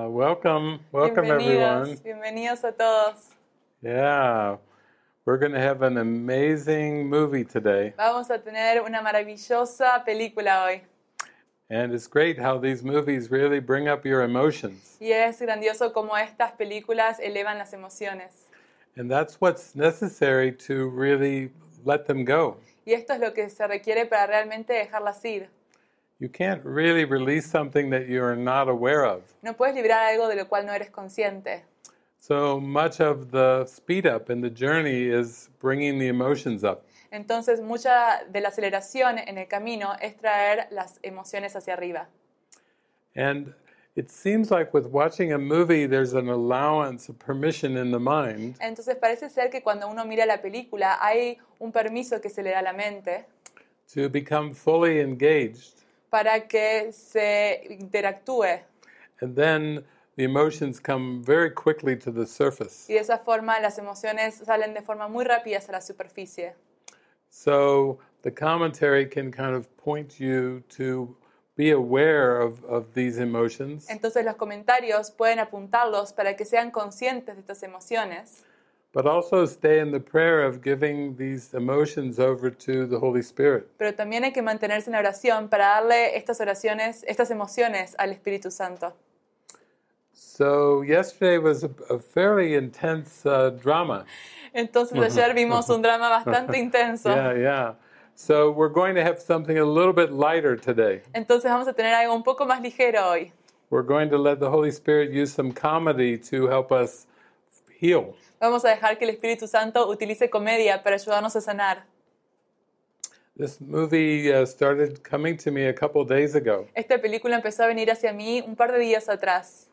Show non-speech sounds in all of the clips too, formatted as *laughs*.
Welcome, welcome everyone. Bienvenidos, bienvenidos a todos. Yeah, we're going to have an amazing movie today. Vamos a tener una maravillosa película hoy. And it's great how these movies really bring up your emotions. Y es grandioso cómo estas películas elevan las emociones. And that's what's necessary to really let them go. Y esto es lo que se requiere para realmente dejarlas ir. You can't really release something that you're not aware of. No puedes librar algo de lo cual no eres consciente. So much of the speed up and the journey is bringing the emotions up. Entonces, mucha de la aceleración en el camino es traer las emociones hacia arriba. And it seems like with watching a movie, there's an allowance, a permission in the mind. Entonces, parece ser que cuando uno mira la película hay un permiso que se le da a la mente to become fully engaged. para que se interactúe And then the emotions come very quickly to the surface. y de esa forma las emociones salen de forma muy rápida a la superficie. So the commentary can kind of point you to be aware of, of these emotions, Entonces los comentarios pueden apuntarlos para que sean conscientes de estas emociones, but also stay in the prayer of giving these emotions over to the Holy Spirit. pero también hay que mantenerse en oración para darle estas oraciones, estas emociones al Espíritu Santo. So yesterday was a, a fairly intense uh, drama. Entonces ayer vimos un drama bastante intenso. Yeah, yeah. So we're going to have something a little bit lighter today. Entonces vamos a tener algo un poco más ligero hoy. We're going to let the Holy Spirit use some comedy to help us heal. Vamos a dejar que el Espíritu Santo utilice comedia para ayudarnos a sanar. This movie uh, started coming to me a couple days ago Esta película empezó a venir hacia mí un par de días atrás,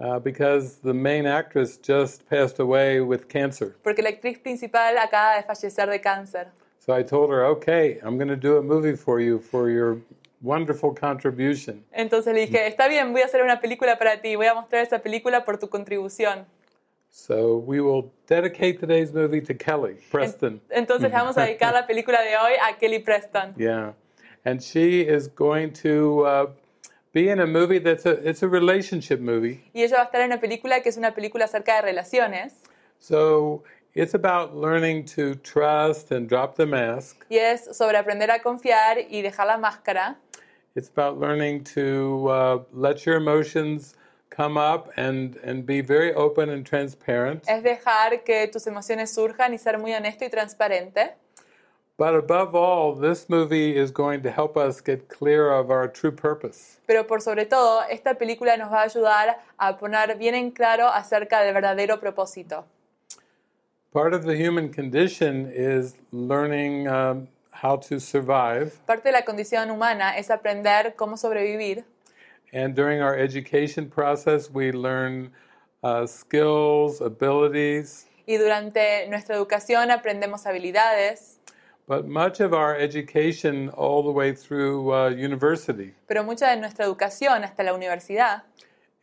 uh, because the main actress just passed away with cancer. porque la actriz principal acaba de fallecer de cáncer. So I told her, okay, I'm going to do a movie for you for your wonderful contribution. Entonces le dije, está bien, voy a hacer una película para ti, voy a mostrar esa película por tu contribución. So we will dedicate today's movie to Kelly Preston. Entonces le vamos a dedicar la película de hoy a Kelly Preston. Yeah. And she is going to uh, be in a movie that's a, it's a relationship movie. Y ella va a estar en una película que es una película acerca de relaciones, So it's about learning to trust and drop the mask. y es sobre aprender a confiar y dejar la máscara. It's about learning to uh, let your emotions come up and, and be very open and transparent. Es dejar que tus emociones surjan y ser muy honesto y transparente. But above all, this movie is going to help us get clear of our true purpose. Pero por sobre todo, esta película nos va a ayudar a poner bien en claro acerca del verdadero propósito. Part of the human condition is learning um, how to survive. Parte de la condición humana es aprender cómo sobrevivir And during our education process, we learn uh, skills, abilities. y durante nuestra educación aprendemos habilidades, But much of our education, all the way through uh, university, pero mucha de nuestra educación hasta la universidad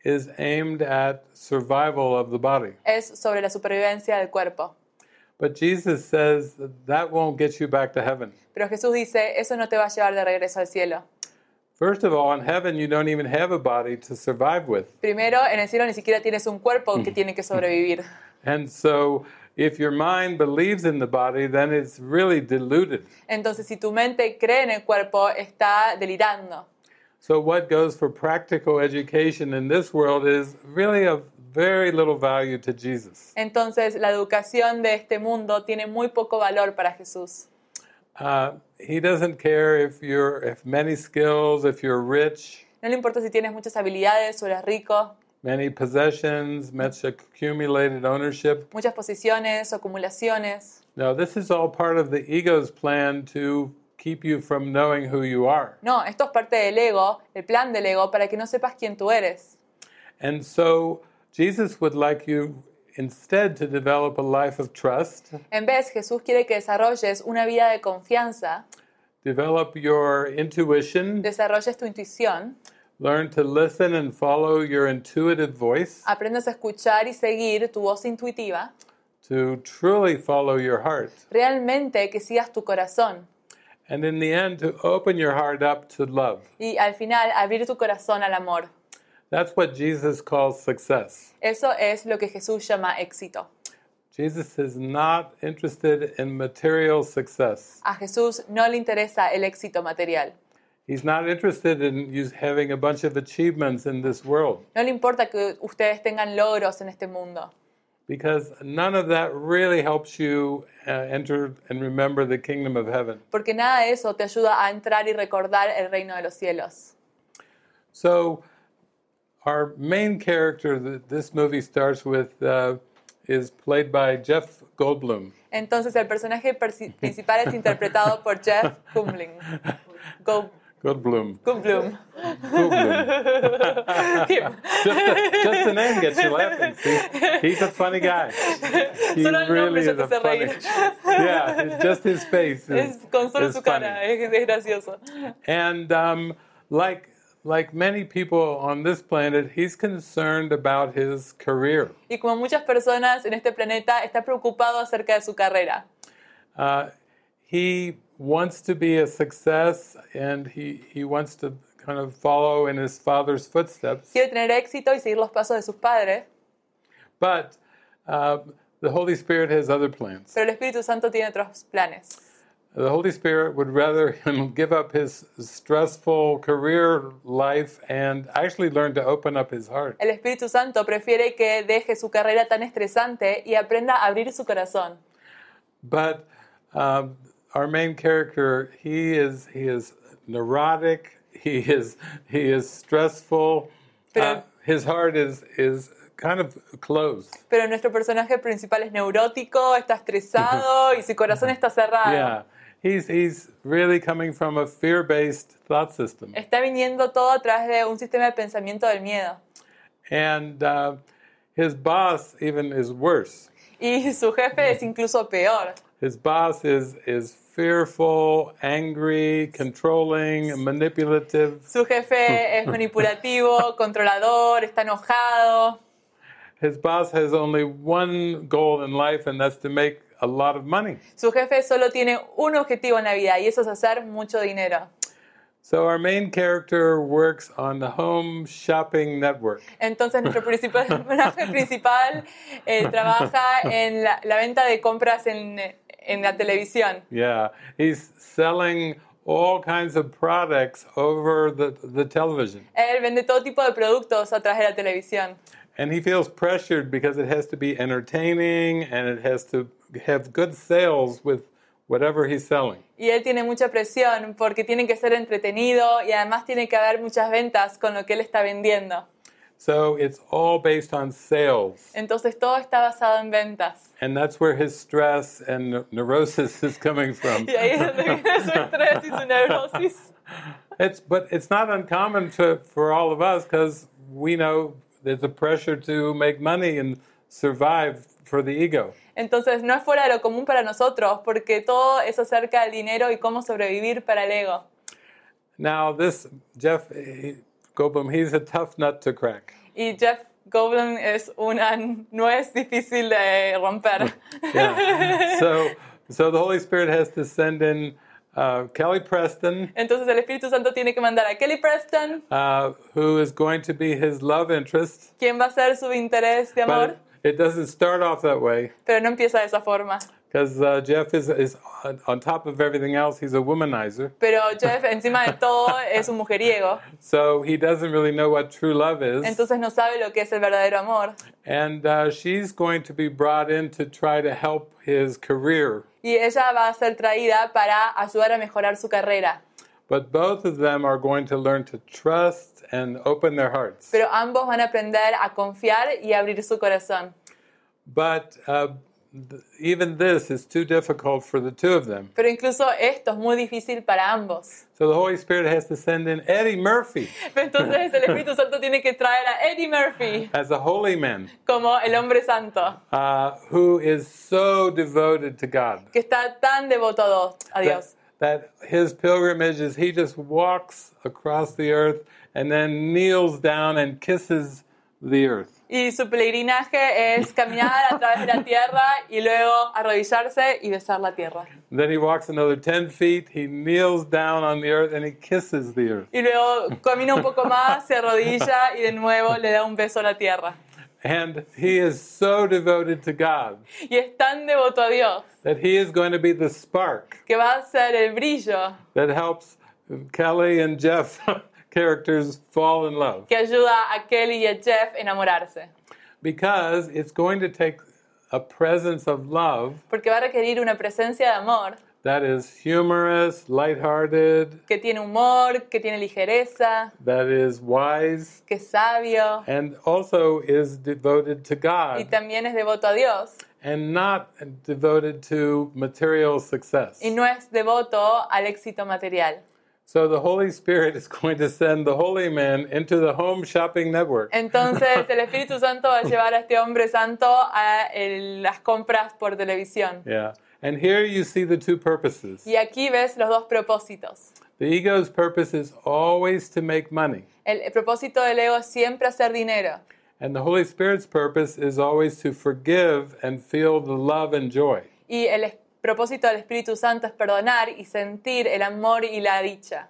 is aimed at survival of the body. es sobre la supervivencia del cuerpo. But Jesus says that, that won't get you back to heaven. Pero Jesús dice, eso no te va a llevar de regreso al cielo. First of all, in heaven, you don't even have a body to survive with. Primero, en el cielo ni siquiera tienes un cuerpo que tiene que sobrevivir. And so, if your mind believes in the body, then it's really diluted. Entonces, si tu mente cree en el cuerpo, está delirando. So, what goes for practical education in this world is really of very little value to Jesus. Entonces, la educación de este mundo tiene muy poco valor para Jesús. Uh, he doesn't care if you're if many skills, if you're rich, No le importa si tienes muchas habilidades o eres rico, many possessions, much accumulated ownership. muchas posiciones o acumulaciones. No, this is all part of the ego's plan to keep you from knowing who you are. No, esto es parte del ego, el plan del ego, para que no sepas quién tú eres. And so Jesus would like you instead to develop a life of trust, En vez, Jesús quiere que desarrolles una vida de confianza, develop your intuition, desarrolles tu intuición, learn to listen and follow your intuitive voice, aprendas a escuchar y seguir tu voz intuitiva, to truly follow your heart. realmente que sigas tu corazón And in the end, to open your heart up to love. y al final abrir tu corazón al amor. That's what Jesus calls success. Eso es lo que Jesús llama éxito. Jesus is not interested in material success. A Jesús no le interesa el éxito material. He's not interested in you having a bunch of achievements in this world No le importa que ustedes tengan logros en este mundo, because none of that really helps you uh, enter and remember the kingdom of heaven. porque nada de eso te ayuda a entrar y recordar el reino de los cielos. So, our main character that this movie starts with uh, is played by Jeff Goldblum. Entonces el personaje *laughs* persi- principal es interpretado por Jeff Kumling. Go- Goldblum. *laughs* Goldblum. Goldblum. Him. just, the, just the name gets you laughing. See? He's a funny guy. He Solo el nombre ya te hace *laughs* reír. Yeah, it's just his face. Is, Es con solo is su funny. cara, es, es gracioso. And um, like like many people on this planet, he's concerned about his career. Y como muchas personas en este planeta, está preocupado acerca de su carrera. Uh, he wants to be a success, and he he wants to kind of follow in his father's footsteps. Quiere tener éxito y seguir los pasos de sus padres, But uh, the Holy Spirit has other plans. pero el Espíritu Santo tiene otros planes. The Holy Spirit would rather him *laughs* give up his stressful career life and actually learn to open up his heart. El Espíritu Santo prefiere que deje su carrera tan estresante y aprenda a abrir su corazón. But um, our main character, he is he is neurotic. He is he is stressful. Uh, Pero- his heart is is kind of closed. Pero nuestro personaje principal es neurótico, *laughs* está estresado y su corazón está cerrado. Yeah, he's he's really coming from a fear-based thought system. Está viniendo todo a través de un sistema de pensamiento del miedo. And uh, his boss even is worse. Y su jefe es incluso peor. His boss is is fearful, angry, controlling, manipulative. Su jefe es manipulativo, controlador, está enojado. His boss has only one goal in life, and that's to make a lot of money. Su jefe solo tiene un objetivo en la vida y eso es hacer mucho dinero. So our main character works on the home shopping network. Entonces nuestro principal- personaje principal eh, trabaja en la, la venta de compras en, en la televisión. Yeah, he's selling all kinds of products over the, the television, Él vende todo tipo de productos a través de la televisión. and he feels pressured because it has to be entertaining and it has to have good sales with whatever he's selling. Y él tiene mucha presión porque tiene que ser entretenido y además tiene que haber muchas ventas con lo que él está vendiendo. So it's all based on sales. Entonces todo está basado en ventas. And that's where his stress and neu- neurosis *laughs* is coming from. Y ahí es donde viene su estrés y su neurosis. It's but it's not uncommon to for all of us because we know there's a pressure to make money and survive for the ego. Entonces no es fuera de lo común para nosotros porque todo es acerca del dinero y cómo sobrevivir para el ego. Now this Jeff he, Goldblum, he's a tough nut to crack. Y Jeff Goldblum es una nuez difícil de romper. Yeah. so so the Holy Spirit has to send in uh, Kelly Preston, Entonces el Espíritu Santo tiene que mandar a Kelly Preston, uh, who is going to be his love interest. quien va a ser su interés de amor, But it doesn't start off that way pero no empieza de esa forma. because uh, Jeff is, is on, on top of everything else. He's a womanizer, Pero Jeff, encima de todo, es un mujeriego. so he doesn't really know what true love is. Entonces no sabe lo que es el verdadero amor. and uh, she's going to be brought in to try to help his career. Y ella va a ser traída para ayudar a mejorar su carrera. But both of them are going to learn to trust and open their hearts. Pero ambos van a aprender a confiar y abrir su corazón. But uh, th- even this is too difficult for the two of them. Pero incluso esto es muy difícil para ambos. So the Holy Spirit has to send in Eddie Murphy Entonces el Espíritu Santo tiene que traer a Eddie Murphy as a holy man como el hombre santo, uh, who is so devoted to God. que está tan devoto a that, Dios. that his pilgrimage is he just walks across the earth and then kneels down and kisses the earth. Y su peregrinaje es caminar a través de la tierra y luego arrodillarse y besar la tierra. Then he walks another 10 feet, he kneels down on the earth, and he kisses the earth. Y luego camina un poco más, se arrodilla y de nuevo le da un beso a la tierra. And he is so devoted to God Y es tan devoto a Dios that he is going to be the spark que va a ser el brillo that helps Kelly and Jeff *laughs* characters fall in love. que ayuda a Kelly y a Jeff a enamorarse. Because it's going to take a presence of love Porque va a requerir una presencia de amor that is humorous, lighthearted, que tiene humor, que tiene ligereza, that is wise, que es sabio and also is devoted to y God también es devoto a Dios. and not devoted to material success. Y no es devoto al éxito material. So the Holy Spirit is *laughs* going to send the holy man into the home shopping network. *laughs* Entonces el Espíritu Santo va a llevar a este hombre santo a el- las compras por televisión. Yeah. And here you see the two purposes. Y aquí ves los dos propósitos. The ego's purpose is always to make money, El, el propósito del ego es siempre hacer dinero. and the Holy Spirit's purpose is always to forgive and feel the love and joy. Y el es- propósito del Espíritu Santo es perdonar y sentir el amor y la dicha.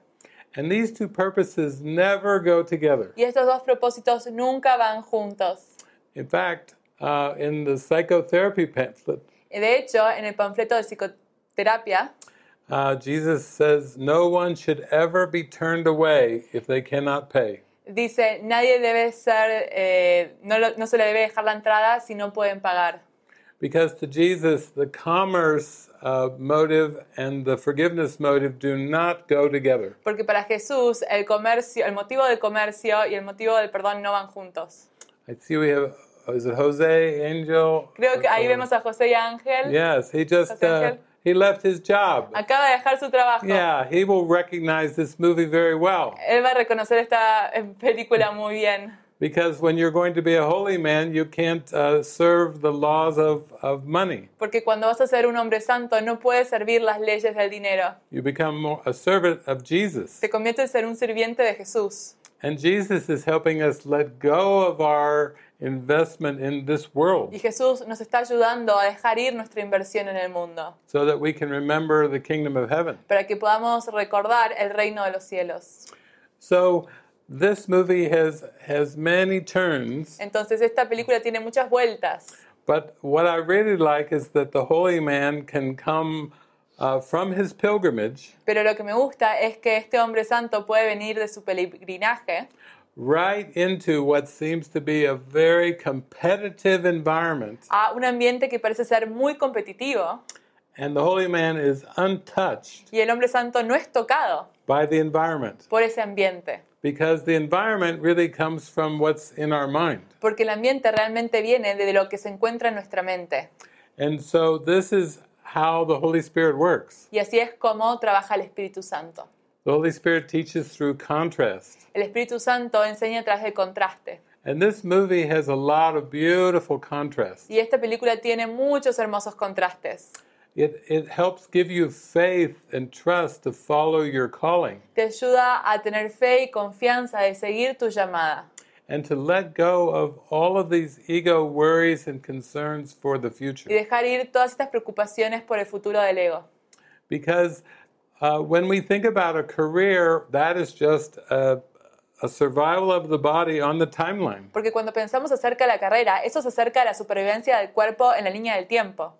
And these two purposes never go together. Y estos dos propósitos nunca van juntos. In fact, uh, in the psychotherapy pamphlet, De hecho, en el panfleto de psicoterapia, uh, Jesus says no one should ever be turned away if they cannot pay. dice, nadie debe ser, eh, no, lo- no se le debe dejar la entrada si no pueden pagar. Because to Jesus, the commerce uh, motive and the forgiveness motive do not go together. Porque para Jesús el comercio, el motivo del comercio y el motivo del perdón no van juntos. I see we have, is it Jose, Angel? Creo que ahí Uh, vemos a José y a Ángel. Yes, he just, Jose uh, Angel. he left his job. Acaba de dejar su trabajo. Yeah, he will recognize this movie very well. Él va a reconocer esta eh, película muy bien. Because when you're going to be a holy man, you can't uh, serve the laws of, of money. Porque cuando vas a ser un hombre santo no puedes servir las leyes del dinero. You become more a servant of Jesus. Te conviertes en un sirviente de Jesús. And Jesus is helping us let go of our investment in this world. Y Jesús nos está ayudando a dejar ir nuestra inversión en el mundo so that we can remember the kingdom of heaven. para que podamos recordar el reino de los cielos. So this movie has has many turns, Entonces esta película tiene muchas vueltas. but what I really like is that the holy man can come uh, from his pilgrimage Pero lo que me gusta es que este hombre santo puede venir de su peregrinaje right into what seems to be a very competitive environment, a un ambiente que parece ser muy competitivo and the holy man is untouched y el hombre santo no es tocado by the environment por ese ambiente, because the environment really comes from what's in our mind. porque el ambiente realmente viene de lo que se encuentra en nuestra mente. And so this is how the Holy Spirit works. Y así es como trabaja el Espíritu Santo. The Holy Spirit teaches through contrast. El Espíritu Santo enseña a través del contraste. And this movie has a lot of beautiful contrast. Y esta película tiene muchos hermosos contrastes. It, it helps give you faith and trust to follow your calling Te ayuda a tener fe y confianza de seguir tu llamada and to let go of all of these ego worries and concerns for the y future. dejar ir todas estas preocupaciones por el futuro del ego. Because uh, when we think about a career, that is just a, a survival of the body on the timeline. Porque cuando pensamos acerca de la carrera, eso se acerca a la supervivencia del cuerpo en la línea del tiempo.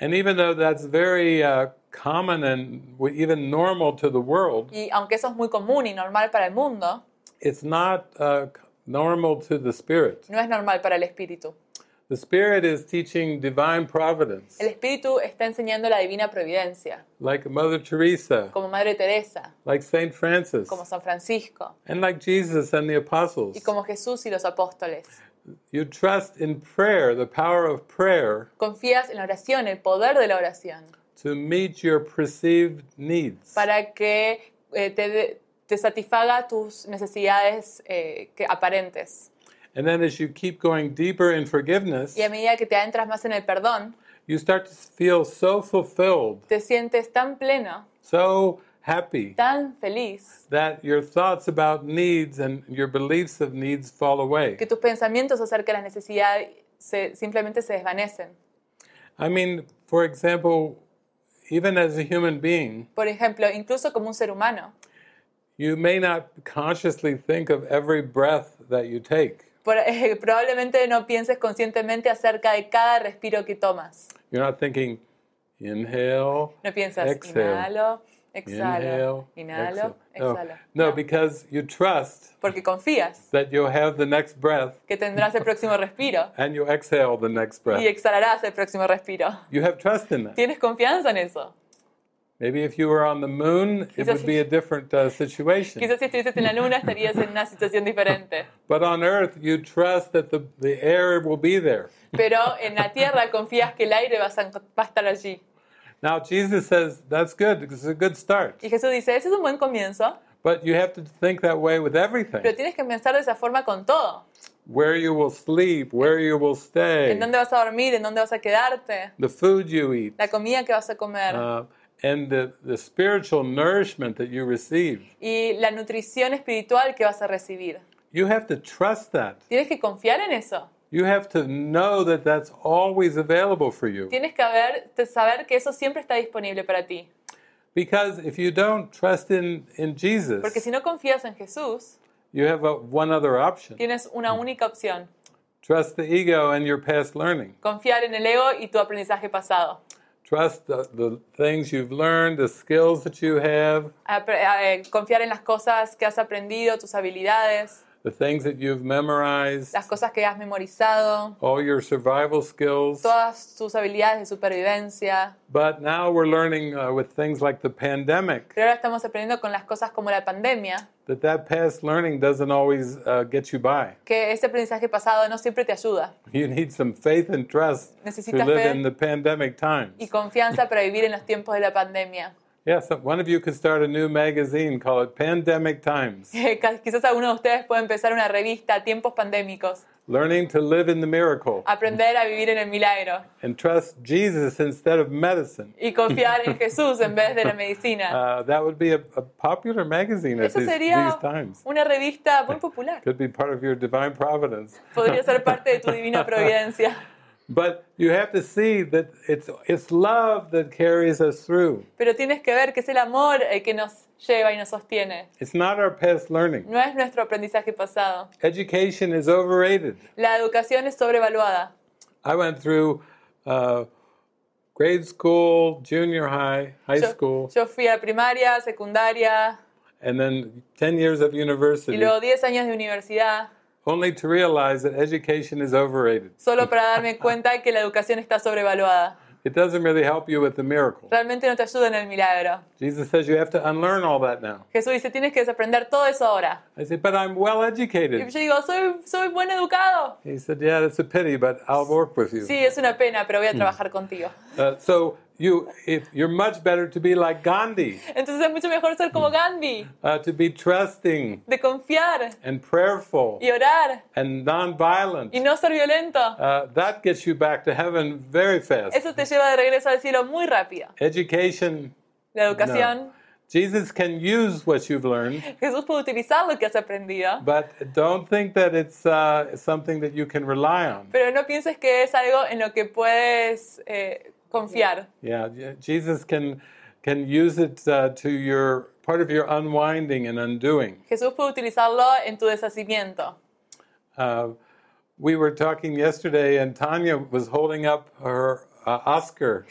And even though that's very uh, common and w- even normal to the world, Y aunque eso es muy común y normal para el mundo, it's not uh, c- normal to the spirit. no es normal para el espíritu. The Spirit is teaching divine providence, El espíritu está enseñando la divina providencia, like Mother Teresa, como Madre Teresa, like Saint Francis, como San Francisco and like Jesus and the apostles. y como Jesús y los apóstoles. You trust in prayer, the power of prayer, Confías en la oración, el poder de la oración, to meet your perceived needs. para que eh, te, te satisfaga tus necesidades eh, que aparentes. And then as you keep going deeper in forgiveness, Y a medida que te adentras más en el perdón, you start to feel so fulfilled, te sientes tan pleno so happy tan feliz that your thoughts about needs and your beliefs of needs fall away. que tus pensamientos acerca de las necesidades se- simplemente se desvanecen. I mean, for example, even as a human being, Por ejemplo, incluso como un ser humano, you may not consciously think of every breath that you take. por- *laughs* eh, probablemente no pienses conscientemente acerca de cada respiro que tomas. You're not thinking, inhale, No piensas, Exhale. inhalo, exhalo, inhale, inhalo, exhale. exhalo. No, no, because you trust Porque confías that you'll have the next breath que tendrás el próximo respiro and you exhale the next breath. y exhalarás el próximo respiro. You have trust in that. ¿Tienes confianza en eso? Maybe if you were on the moon, it Quizás- would be a different uh, situation. Quizás si estuvieses en la luna estarías en una situación diferente. But on Earth, you trust that the, the air will be there. Pero en la tierra confías que el aire va a, san- va a estar allí. Now, Jesus says that's good because it's a good start. Y Jesús dice, ese es un buen comienzo, But you have to think that way with pero everything tienes que pensar de esa forma con todo. where you will sleep, where you will ¿En stay, dónde vas a dormir? ¿En dónde vas a quedarte? the food you eat, La comida que vas a comer uh, and the, the spiritual nourishment that you receive. y la nutrición espiritual que vas a recibir. You have to trust that. Tienes que confiar en eso. You have to know that that's always available for you. Tienes que haber- te- saber que eso siempre está disponible para ti. Because if you don't trust in, in Jesus, Porque si no confías en Jesús, you have a, one other option tienes una única opción, trust the ego and your past learning. confiar en el ego y tu aprendizaje pasado. Trust the, the things you've learned, the skills that you have, Apre- a- eh, Confiar en las cosas que has aprendido, tus habilidades, the things that you've memorized, las cosas que has memorizado, all your survival skills. todas tus habilidades de supervivencia. But now we're learning uh, with things like the pandemic Pero ahora estamos aprendiendo con las cosas como la pandemia, that that past learning doesn't always uh, get you by. *laughs* que ese aprendizaje pasado no siempre te ayuda. You need some faith and trust to Necesitas live fe. in the pandemic times. Y confianza para vivir en los tiempos de la pandemia. *laughs* Yes, one of you could start a new magazine, call it Pandemic *laughs* Times. Quizás alguno de ustedes puede empezar una revista, Tiempos Pandémicos, Learning to live in the miracle aprender a vivir en el milagro and trust Jesus instead of medicine. y confiar en Jesús en vez de la medicina. Uh, that would be a, a popular magazine at Eso these, sería these times. una revista muy popular. Could be part of your divine providence. Podría ser parte de tu divina providencia. But you have to see that it's it's love that carries us through. Pero tienes que ver que es el amor el que nos lleva y nos sostiene. It's not our past learning. No es nuestro aprendizaje pasado. Education is overrated. La educación es sobrevaluada. I went through uh, grade school, junior high, high Yo, school, yo fui a primaria, secundaria and then 10 years of y university, luego 10 años de universidad, only to realize that education is overrated. solo para darme cuenta que la educación está sobrevaluada. It doesn't really help you with the miracle. Realmente no te ayuda en el milagro. Jesus says you have to unlearn all that now. Jesús dice, tienes que desaprender todo eso ahora. I said, but I'm well Y educated. yo digo, soy, soy buen educado. He said, yeah, that's a pity, but I'll work with you. Sí, es una pena, pero voy a trabajar contigo. Uh, so you, if you're much better to be like Gandhi, Entonces es mucho mejor ser como Gandhi, uh, to be trusting de confiar and prayerful y orar and y nonviolent. no ser violento. Uh, that gets you back to heaven very fast. Eso te lleva de regreso al cielo muy rápido. Education. La educación, Jesus can use what you've learned, Jesús puede utilizar lo que has aprendido, but don't think that it's uh, something that you can rely on. pero no pienses que es algo en lo que puedes eh, confiar. Yeah, Je- Jesus can can use it uh, to your part of your unwinding and undoing. Jesús puede utilizarlo en tu deshacimiento. *laughs* Uh, we were talking yesterday, and Tanya was holding up her uh, Oscar.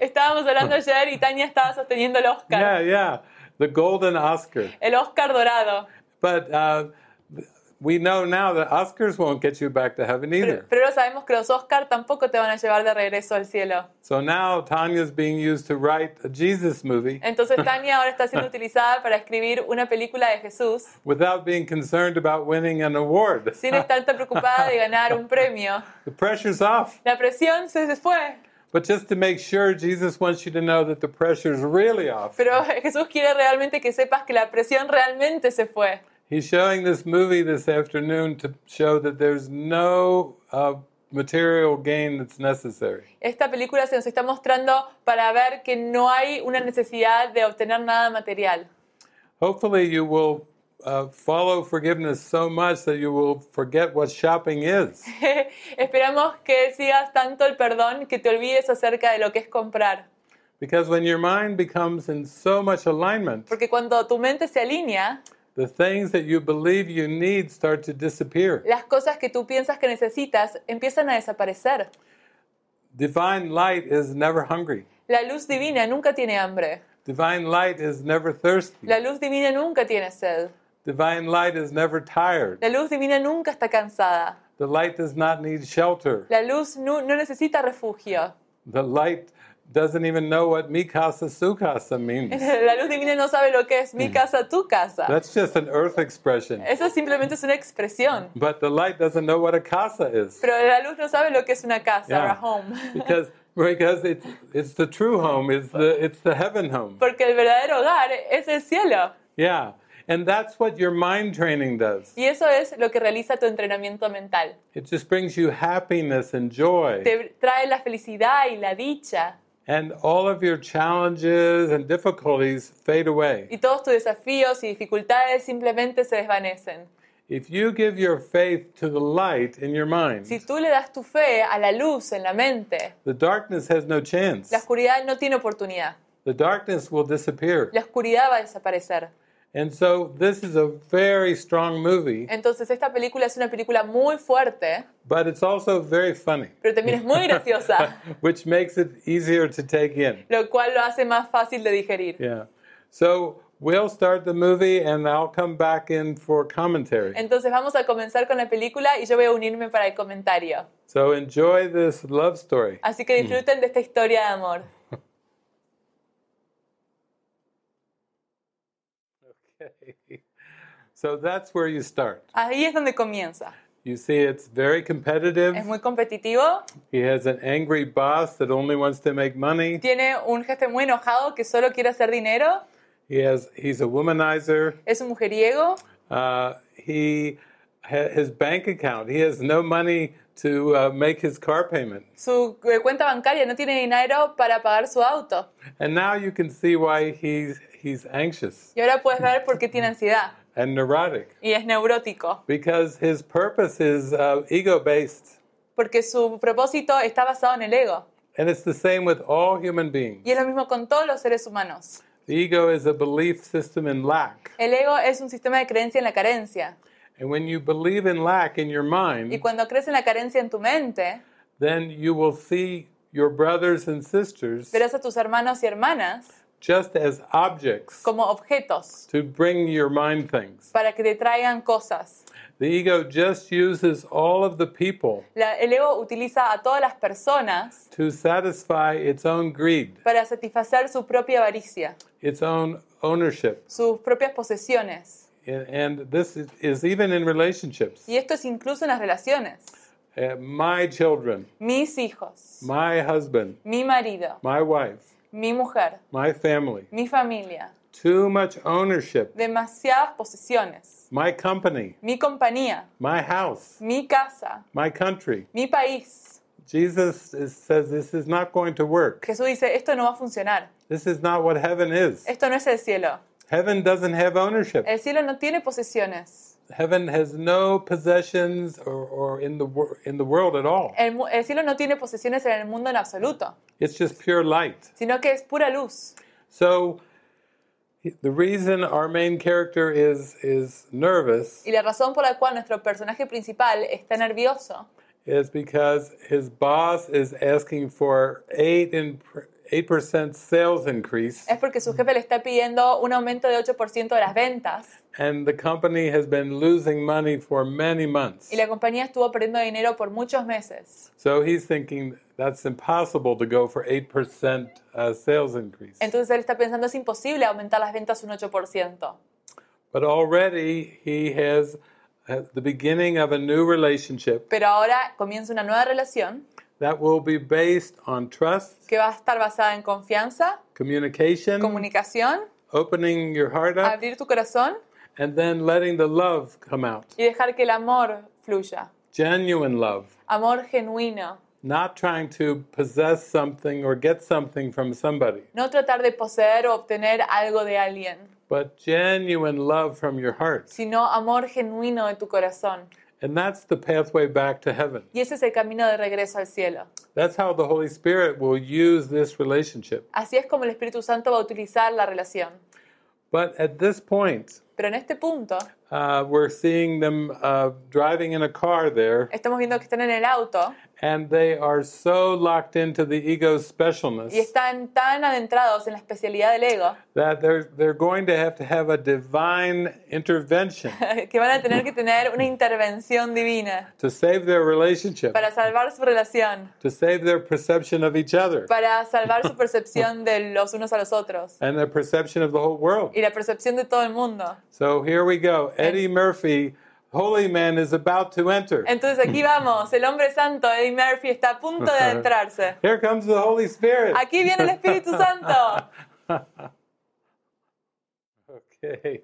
Estábamos hablando ayer y Tania estaba sosteniendo el Oscar. Yeah, yeah, the golden Oscar. El Oscar dorado. But uh, we know now that Oscars won't get you back to heaven either. Pero, pero sabemos que los Oscar tampoco te van a llevar de regreso al cielo. So now Tanya's being used to write a Jesus movie Entonces Tania ahora está siendo utilizada para escribir una película de Jesús without being concerned about winning an award. sin estar tan preocupada de ganar un premio. *laughs* The pressure's off. La presión se se fue, But just to make sure, Jesus wants you to know that the pressure's really off. pero *laughs* Jesús quiere realmente que sepas que la presión realmente se fue. He's showing this movie this afternoon to show that there's no uh, material gain that's necessary. Esta película se nos está mostrando para ver que no hay una necesidad de obtener nada material. *laughs* Hopefully, you will uh, follow forgiveness so much that you will forget what shopping is. Esperamos que sigas tanto el perdón que te olvides acerca de lo que es comprar. Because when your mind becomes in so much alignment, Porque cuando tu mente se alinea, the things that you believe you need start to disappear. las cosas que tú piensas que necesitas empiezan a desaparecer. Divine light is never hungry. La luz divina nunca tiene hambre. Divine light is never thirsty. La luz divina nunca tiene sed. Divine light is never tired. La luz divina nunca está cansada. The light does not need shelter. La luz nu- no, necesita refugio. *laughs* The light doesn't even know what mikasa sukasa means. La luz divina no sabe lo que es mi casa, tu casa. That's just an earth expression. Eso simplemente es una expresión. But the light doesn't know what a casa is. Pero la luz no sabe lo que es una casa, Yeah. or a home. Because because it's it's the true home, it's the it's the heaven home. *laughs* Porque el verdadero hogar es el cielo. Yeah. And that's what your mind training does. Y eso es lo que realiza tu entrenamiento mental. It just brings you happiness and joy. Te trae la felicidad y la dicha. And all of your challenges and difficulties fade away. Y todos tus desafíos y dificultades simplemente se desvanecen. If you give your faith to the light in your Si mind, tú le das tu fe a la luz en la mente, the darkness has no chance. la oscuridad no tiene oportunidad. The darkness will disappear. La oscuridad va a desaparecer. And so this is a very strong movie, Entonces esta película es una película muy fuerte, but it's also very funny, pero también es muy graciosa, *laughs* which makes it easier to take in. lo cual lo hace más fácil de digerir. Yeah. So we'll start the movie and I'll come back in for commentary. Entonces vamos a comenzar con la película y yo voy a unirme para el comentario. So enjoy this love story. Así que disfruten de esta historia de amor. Okay. So that's where you start. Ahí es donde comienza. You see, it's very competitive. Es muy competitivo, He has an angry boss that only wants to make money. tiene un jefe muy enojado que solo quiere hacer dinero, He has he's a womanizer. es un mujeriego, Uh, he ha- his bank account. He has no money to uh, make his car payment. su eh, cuenta bancaria no tiene dinero para pagar su auto. And now you can see why he's he's anxious Y ahora puedes ver por qué tiene ansiedad and neurotic y es neurótico, because his purpose is uh, ego based, porque su propósito está basado en el ego. and it's the same with all human beings. Y es lo mismo con todos los seres humanos. The ego is a belief system in lack. El ego es un sistema de creencia en la carencia. And when you believe in lack in your Y mind, cuando crees en la carencia en tu mente, then you will see your brothers and sisters verás a tus hermanos y hermanas just as objects como objetos to bring your mind things. para que te traigan cosas. The ego just uses all of the people La- el ego utiliza a todas las personas to satisfy its own greed, para satisfacer su propia avaricia, its own ownership. sus propias posesiones. And- And this is- is even in relationships. Y esto es incluso en las relaciones. Uh, My children, Mis hijos, my husband, mi marido, my wife, mi mujer, my family. mi familia, Too much ownership. demasiadas posesiones, My company, mi compañía, my house, mi casa, my country. mi país. Jesus is, says this is not going to work. Jesús dice, esto no va a funcionar, This is not what heaven is. esto no es el cielo. Heaven doesn't have ownership. El cielo no tiene posesiones, Heaven has no possessions or, or in the wor- in the world at all. el, mu- el cielo no tiene posesiones en el mundo en absoluto, It's just pure light. sino que es pura luz. So the reason our main character is is nervous Y la razón por la cual nuestro personaje principal está nervioso is because his boss is asking for eight and eight percent sales increase, es porque su jefe le está pidiendo un aumento de 8% de las ventas and the company has been losing money for many months. y la compañía estuvo perdiendo dinero por muchos meses. So he's thinking that's impossible to go for eight percent uh, sales increase. Entonces él está pensando, es imposible aumentar las ventas un 8%. But already he has uh, the beginning of a new relationship Pero ahora comienza una nueva relación that will be based on trust, que va a estar basada en confianza, communication, comunicación, opening your heart up, abrir tu corazón and then letting the love come out. y dejar que el amor fluya. genuine love, amor genuino. not trying to possess something or get something from somebody, No tratar de poseer o obtener algo de alguien, but genuine love from your heart. sino amor genuino de tu corazón. And that's the pathway back to heaven. Y ese es el camino de regreso al cielo. That's how the Holy Spirit will use this relationship. Así es como el Espíritu Santo va a utilizar la relación. But at this point, Pero en este punto, uh, we're seeing them uh, driving in a car there, estamos viendo que están en el auto and they are so locked into the ego's y specialness están tan adentrados en la especialidad del ego *laughs* that they're, they're going to have to have a divine intervention que van a tener que tener una intervención divina to save their relationship, para salvar su relación, to save their perception of each other, para salvar su percepción de los unos a los otros and their perception of the whole world. y la percepción de todo el mundo. So here we go. Eddie Murphy, holy man, is about to enter. Entonces aquí vamos, el hombre santo Eddie Murphy está a punto de adentrarse. Here comes the Holy Spirit. *laughs* Aquí viene el Espíritu Santo. *laughs* Okay.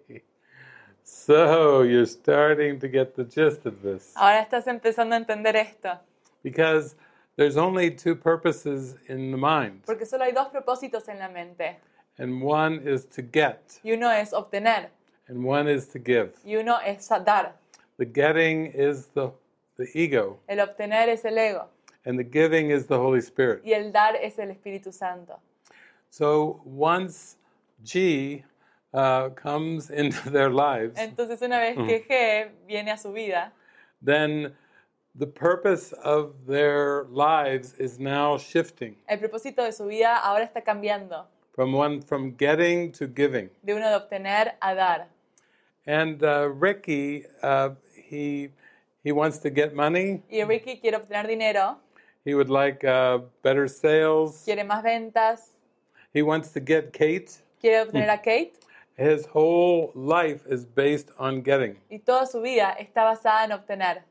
So you're starting to get the gist of this. Ahora estás empezando a entender esto, Because there's only two purposes in the mind, porque solo hay dos propósitos en la mente and one is to get, y uno es obtener and one is to give. y uno es dar. The getting is the, the ego, El obtener es el ego and the giving is the Holy Spirit. y el dar es el Espíritu Santo. So once G uh, comes *laughs* into their lives, Entonces una vez que G viene a su vida, then the purpose of their lives is now shifting el propósito de su vida ahora está cambiando from one from getting to giving. de uno de obtener a dar. And uh, Ricky, uh, he he wants to get money. Y Ricky quiere obtener dinero, He would like uh, better sales. quiere más ventas, He wants to get Kate. quiere obtener a Kate His whole life is based on getting. y toda su vida está basada en obtener.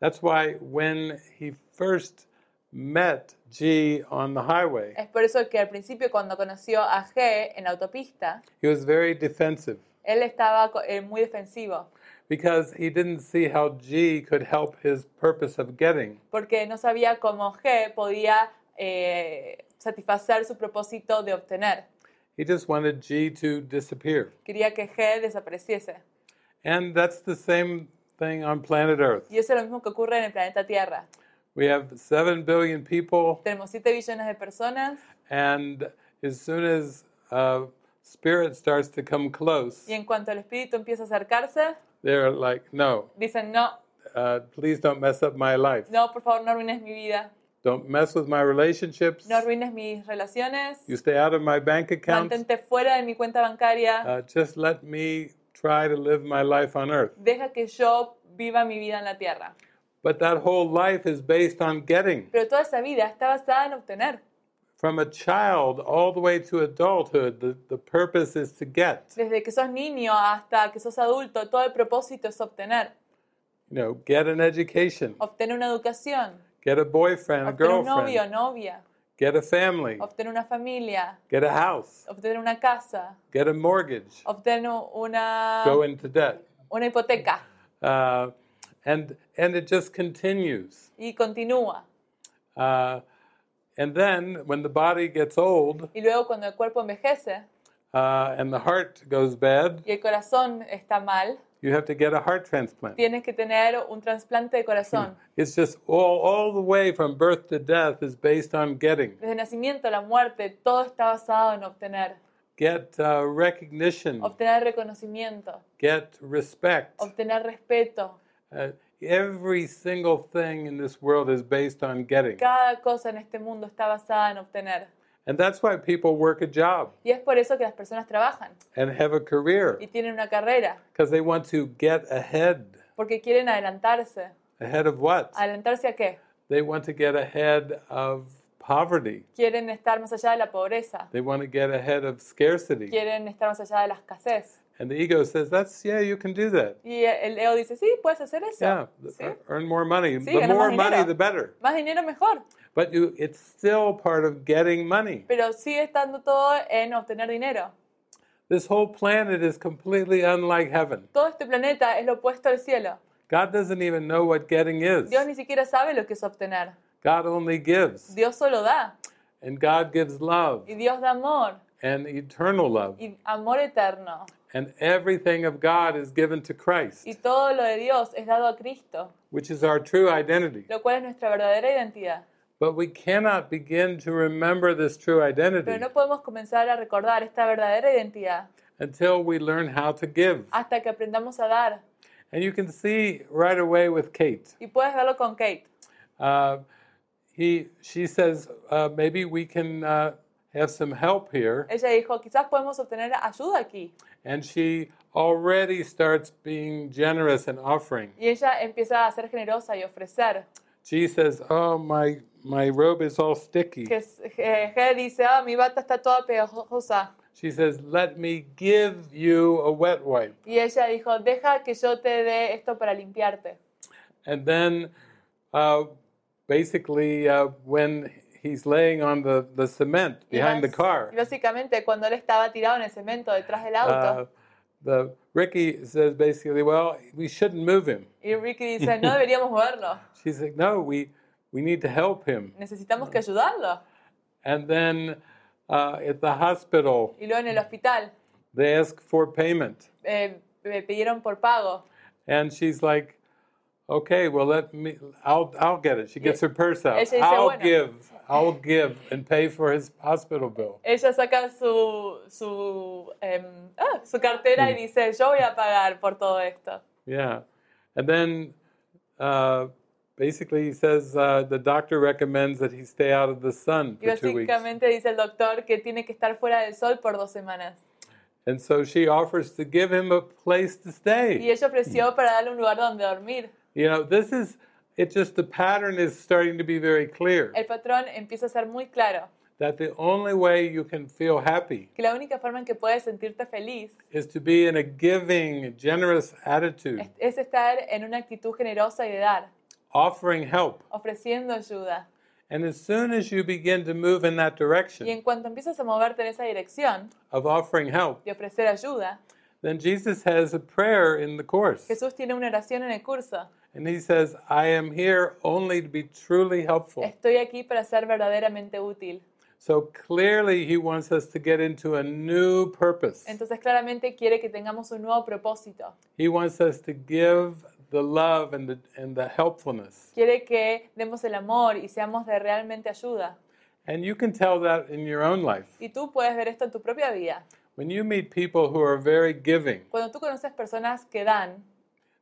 That's why when he first met G on the highway, Es por eso que al principio cuando conoció a G en la autopista, he was very defensive él estaba co- eh, muy defensivo because he didn't see how G could help his purpose of getting. porque no sabía cómo G podía eh, satisfacer su propósito de obtener. He just wanted G to disappear. Quería que G desapareciese. And that's the same thing on planet Earth. Y eso es lo mismo que ocurre en el planeta Tierra. We have 7 billion people, Tenemos 7 billones de personas and as soon as uh, spirit starts to come close, y en cuanto el espíritu empieza a acercarse, they're like, no, dicen, no, uh, please don't mess up my life. no, por favor, no arruines mi vida, Don't mess with my relationships. no arruines mis relaciones, You stay out of my bank account. mantente fuera de mi cuenta bancaria, Uh, just let me try to live my life on earth. deja que yo viva mi vida en la Tierra. But that whole life is based on getting Pero toda esa vida está basada en obtener. from a child all the way to adulthood. The, the purpose is to get. Desde que sos niño hasta que sos adulto, todo el propósito es obtener. You know, get an education, Obtener una educación, get a boyfriend, a obtener un novio, girlfriend, novia, get a family, obtener una familia, get a house, obtener una casa, get a mortgage, obtener una, go into debt, una hipoteca. uh, and and it just continues. Y continúa. Uh, and then when the body gets old, Y luego cuando el cuerpo envejece uh, and the heart goes bad, y el corazón está mal, you have to get a heart transplant. tienes que tener un trasplante de corazón. It's just all, all the way from birth to death is based on getting. Desde el nacimiento, la muerte, todo está basado en obtener. Get uh, recognition, Obtener reconocimiento, get respect. obtener respeto. Uh, every single thing in this world is based on getting. Cada cosa en este mundo está basada en obtener. And that's why people work a job Y es por eso que las personas trabajan and have a career, y tienen una carrera, because they want to get ahead. porque quieren adelantarse. Ahead of what? ¿Adelantarse a qué? They want to get ahead of poverty. Quieren estar más allá de la pobreza, They want to get ahead of scarcity. quieren estar más allá de la escasez. And the ego says, that's, yeah, you can do that. Y el ego dice, sí, puedes hacer eso. Yeah, Sí. ear- earn more money. Sí, the gana more más money, dinero. the better. Más dinero mejor, But you, it's still part of getting money. pero sigue estando todo en obtener dinero. This whole planet is completely unlike heaven. Todo este planeta es lo opuesto al cielo. God doesn't even know what getting is. Dios ni siquiera sabe lo que es obtener. God only gives. Dios solo da. And God gives love Y Dios da amor. and eternal love. Y amor eterno. And everything of God is given to Christ, Y todo lo de Dios es dado a Cristo, which is our true identity. lo cual es nuestra verdadera identidad. But we cannot begin to remember this true Pero identity no podemos comenzar a recordar esta verdadera identidad until we learn how to give. hasta que aprendamos a dar. And you can see right away with Kate. Y puedes verlo con Kate. Uh, he, she says, uh, maybe we can uh, have some help here. Ella dijo, quizás podemos obtener ayuda aquí. And she already starts being generous and offering. Y ella empieza a ser generosa y ofrecer. She says, oh, my, my robe is all sticky. Que eh, G dice, ah, mi bata está toda pegajosa. She says, let me give you a wet wipe. Y ella dijo, deja que yo te dé esto para limpiarte. And then, uh, basically, uh, when he's laying on the, the cement Y behind the bas- car, y básicamente cuando él estaba tirado en el cemento detrás del auto. uh, the Ricky says basically, well, we shouldn't move him. Y Ricky dice, no deberíamos moverlo, She's like, no, we we need to help him. necesitamos *laughs* que ayudarlo. And then uh, at the hospital, Y luego en el hospital they ask for payment, eh, me pidieron por pago. and she's like, okay, well, let me, I'll I'll get it. She gets her purse out. Ella dice, I'll "Bueno." give, I'll give, and pay for his hospital bill. Ella saca su, su, em, ah, su cartera y Mm. dice, yo voy a pagar por todo esto. Yeah, and then uh, basically he says uh, the doctor recommends that he stay out of the sun Y for two weeks, básicamente dice el doctor que tiene que estar fuera del sol por dos semanas. and so she offers to give him a place to Y stay. ella Mm. ofreció para darle un lugar donde dormir. You know, this is it. Just the pattern is starting to be very clear El patrón empieza a ser muy claro that the only way you can feel happy que la única forma en que puedes sentirte feliz is to be in a giving, generous attitude, es- es estar en una actitud generosa y de dar, offering help. ofreciendo ayuda. And as soon as you begin to move in that Y direction en cuanto empiezas a moverte en esa dirección of offering help, de ofrecer ayuda, then Jesus has a prayer in the course. Jesús tiene una oración en el curso. And he says, I am here only to be truly helpful. Estoy aquí para ser verdaderamente útil. So clearly, he wants us to get into a new purpose. Entonces claramente quiere que tengamos un nuevo propósito. He wants us to give the love and the, and the helpfulness. Quiere que demos el amor y seamos de realmente ayuda. And you can tell that in your own life. Y tú puedes ver esto en tu propia vida. When you meet people who are very giving, Cuando tú conoces personas que dan,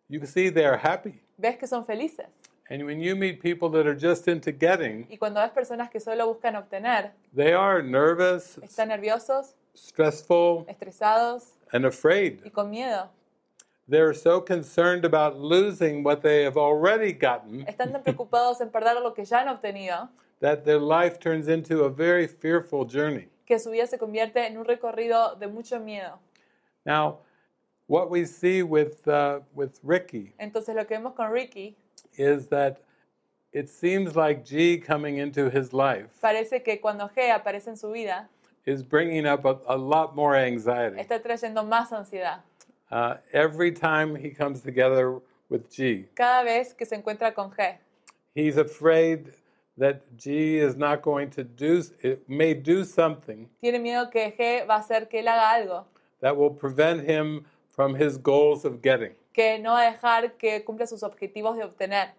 you can see they are happy. ves que son felices. And when you meet people that are just into getting, Y cuando ves personas que solo buscan obtener, they are nervous, están nerviosos, stressful, estresados and y afraid. con miedo. They're so concerned about losing what they have already gotten Están tan preocupados en perder lo que ya han obtenido that their life turns into a very fearful journey. que su vida se convierte en un recorrido de mucho miedo. Now, what we see with uh, with Ricky Entonces lo que vemos con Ricky is that it seems like G coming into his life parece que cuando G aparece en su vida, is bringing up a, a lot more anxiety está trayendo más ansiedad. uh, every time he comes together with G. Cada vez que se encuentra con G, He's afraid that G is not going to do it may do something tiene miedo que G va a hacer que él haga algo, that will prevent him from his goals of getting. que no va a dejar que cumpla sus objetivos de obtener.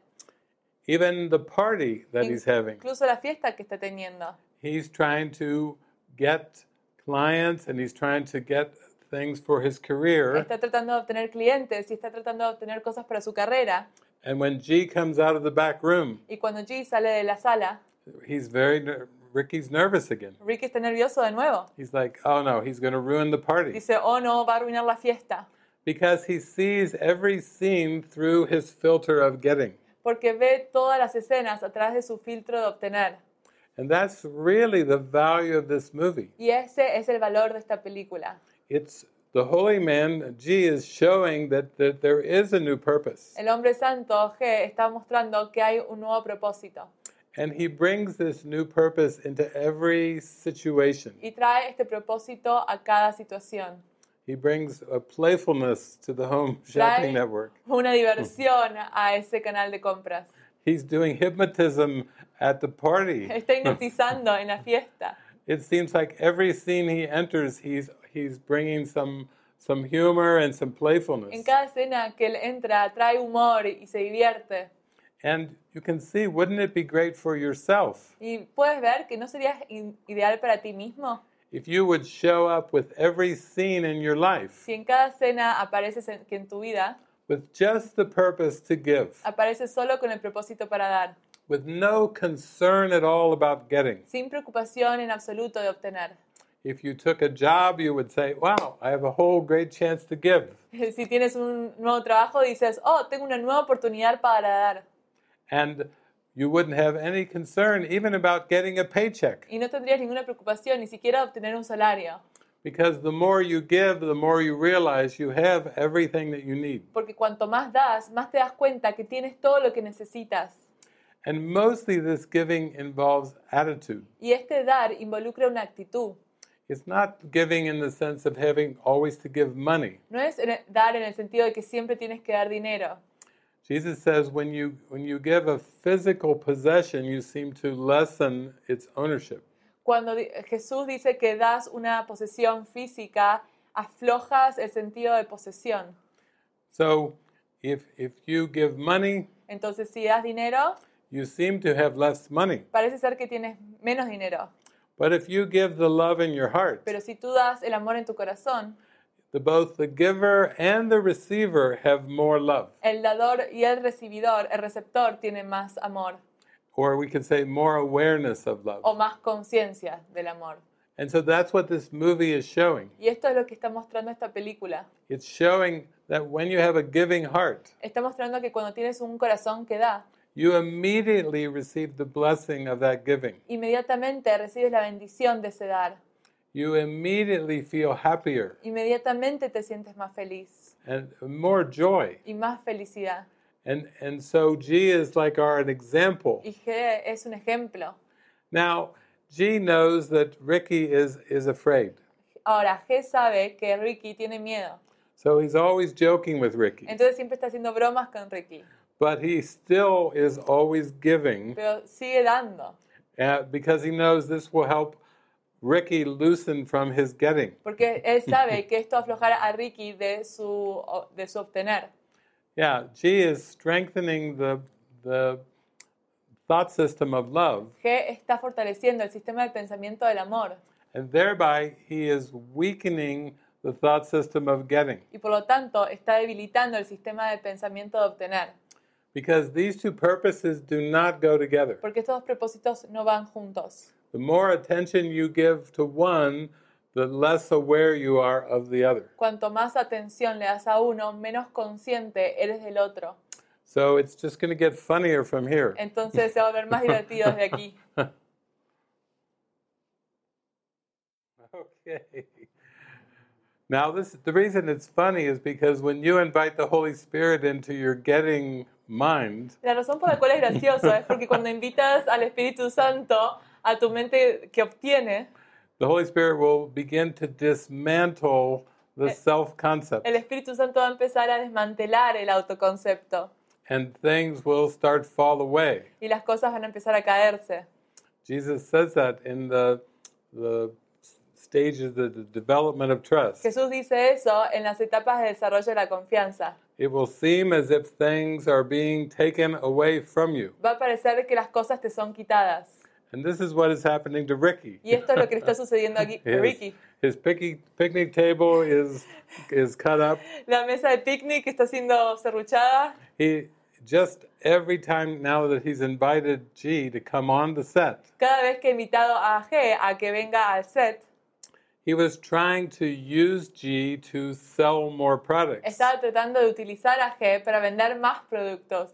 Even the party that he's having. Incluso la fiesta que está teniendo. He's trying to get clients and he's trying to get things for his career. Está tratando de obtener clientes y está tratando de obtener cosas para su carrera. And when G comes out of the back room, Y cuando G sale de la sala, he's very ner- Ricky's nervous again. Ricky está nervioso de nuevo. He's like, "Oh no, he's going to ruin the party." Dice, oh no, va a arruinar la fiesta. Because he sees every scene through his filter of getting. porque ve todas las escenas a través de su filtro de obtener. And that's really the value of this movie. Y ese es el valor de esta película. It's the holy man G is showing that, that there is a new purpose. El hombre santo, G, está mostrando que hay un nuevo propósito And he brings this new purpose into every situation. y trae este propósito a cada situación. He brings a playfulness to the home *laughs* shopping network. una diversión a ese canal de compras. He's doing hypnotism at the *laughs* party. Está hipnotizando en la fiesta. It seems like every scene he enters, he's he's bringing some some humor and some En playfulness. cada escena que él entra, trae humor y se divierte. And you can see, wouldn't it be great for yourself Y puedes ver que no sería in- ideal para ti mismo if you would show up with every scene in your life si en cada escena apareces en, que en tu vida with just the purpose to give, apareces solo con el propósito para dar, with no concern at all about getting. sin preocupación en absoluto de obtener. *laughs* If you took a job, you would say, "Wow, I have a whole great chance to give." Si tienes un nuevo trabajo, dices, oh, tengo una nueva oportunidad para dar. and you wouldn't have any concern even about getting a paycheck Y no tendrías ninguna preocupación, ni siquiera obtener un salario. because the more you give the more you realize you have everything that you need Porque cuanto más das, más te das cuenta que tienes todo lo que necesitas. and mostly this giving involves attitude Y este dar involucra una actitud. it's not giving in the sense of having always to give money No es en- dar en el sentido de que siempre tienes que dar dinero. jesus says when you when you give a physical possession you seem to lessen its ownership Cuando di- Jesús dice que das una posesión física, aflojas el sentido de posesión. so if if you give money Entonces, si das dinero, you seem to have less money parece ser que tienes menos dinero. but if you give the love in your heart Pero si tú das el amor en tu corazón, the both the giver and the receiver have more love el dador y el recibidor, el receptor, tiene más amor or we could say more awareness of love o más conciencia del amor. and so that's what this movie is showing Y esto es lo que está mostrando esta película. it's showing that when you have a giving heart Está mostrando que cuando tienes un corazón que da, you immediately receive the blessing of that giving inmediatamente recibes la bendición de ese dar. you immediately feel happier Inmediatamente te sientes más feliz and more joy y más felicidad. and and so g is like our an example Y G es un ejemplo. now g knows that ricky is is afraid Ahora, G sabe que Ricky tiene miedo. so he's always joking with ricky Entonces siempre está haciendo bromas con Ricky. but he still is always giving Pero sigue dando. uh, because he knows this will help Ricky loosen from his getting. Porque él sabe que esto aflojará a Ricky de su, de su obtener. Yeah, G is strengthening the the thought system of love, G está fortaleciendo el sistema de pensamiento del amor. and thereby he is weakening the thought system of getting. Y por lo tanto está debilitando el sistema de pensamiento de obtener. Because these two purposes do not go together. Porque estos dos propósitos no van juntos. The more attention you give to one, the less aware you are of the other. Cuanto más atención le das a uno, menos consciente eres del otro. So it's just going to get funnier from here. Entonces se va a volver más divertido desde aquí. *laughs* Okay. Now this the reason it's funny is because when you invite the Holy Spirit into your getting mind, La razón por la cual es gracioso es porque cuando invitas al Espíritu Santo a tu mente que obtiene, the Holy Spirit will begin to dismantle the self concept el Espíritu Santo va a empezar a desmantelar el autoconcepto and things will start fall away. y las cosas van a empezar a caerse. Jesus says that in the the stages of the development of trust. Jesús dice eso en las etapas de desarrollo de la confianza. It will seem as if things are being taken away from you. Va a parecer que las cosas te son quitadas. And this is what is happening to Ricky. Y esto es lo que le está sucediendo aquí a His- Ricky. His picky, picnic table is is cut up. La mesa de picnic está siendo serruchada He just every time now that he's invited G to come on the set, cada vez que he invitado a G a que venga al set. he was trying to use G to sell more products Estaba tratando de utilizar a G para vender más productos,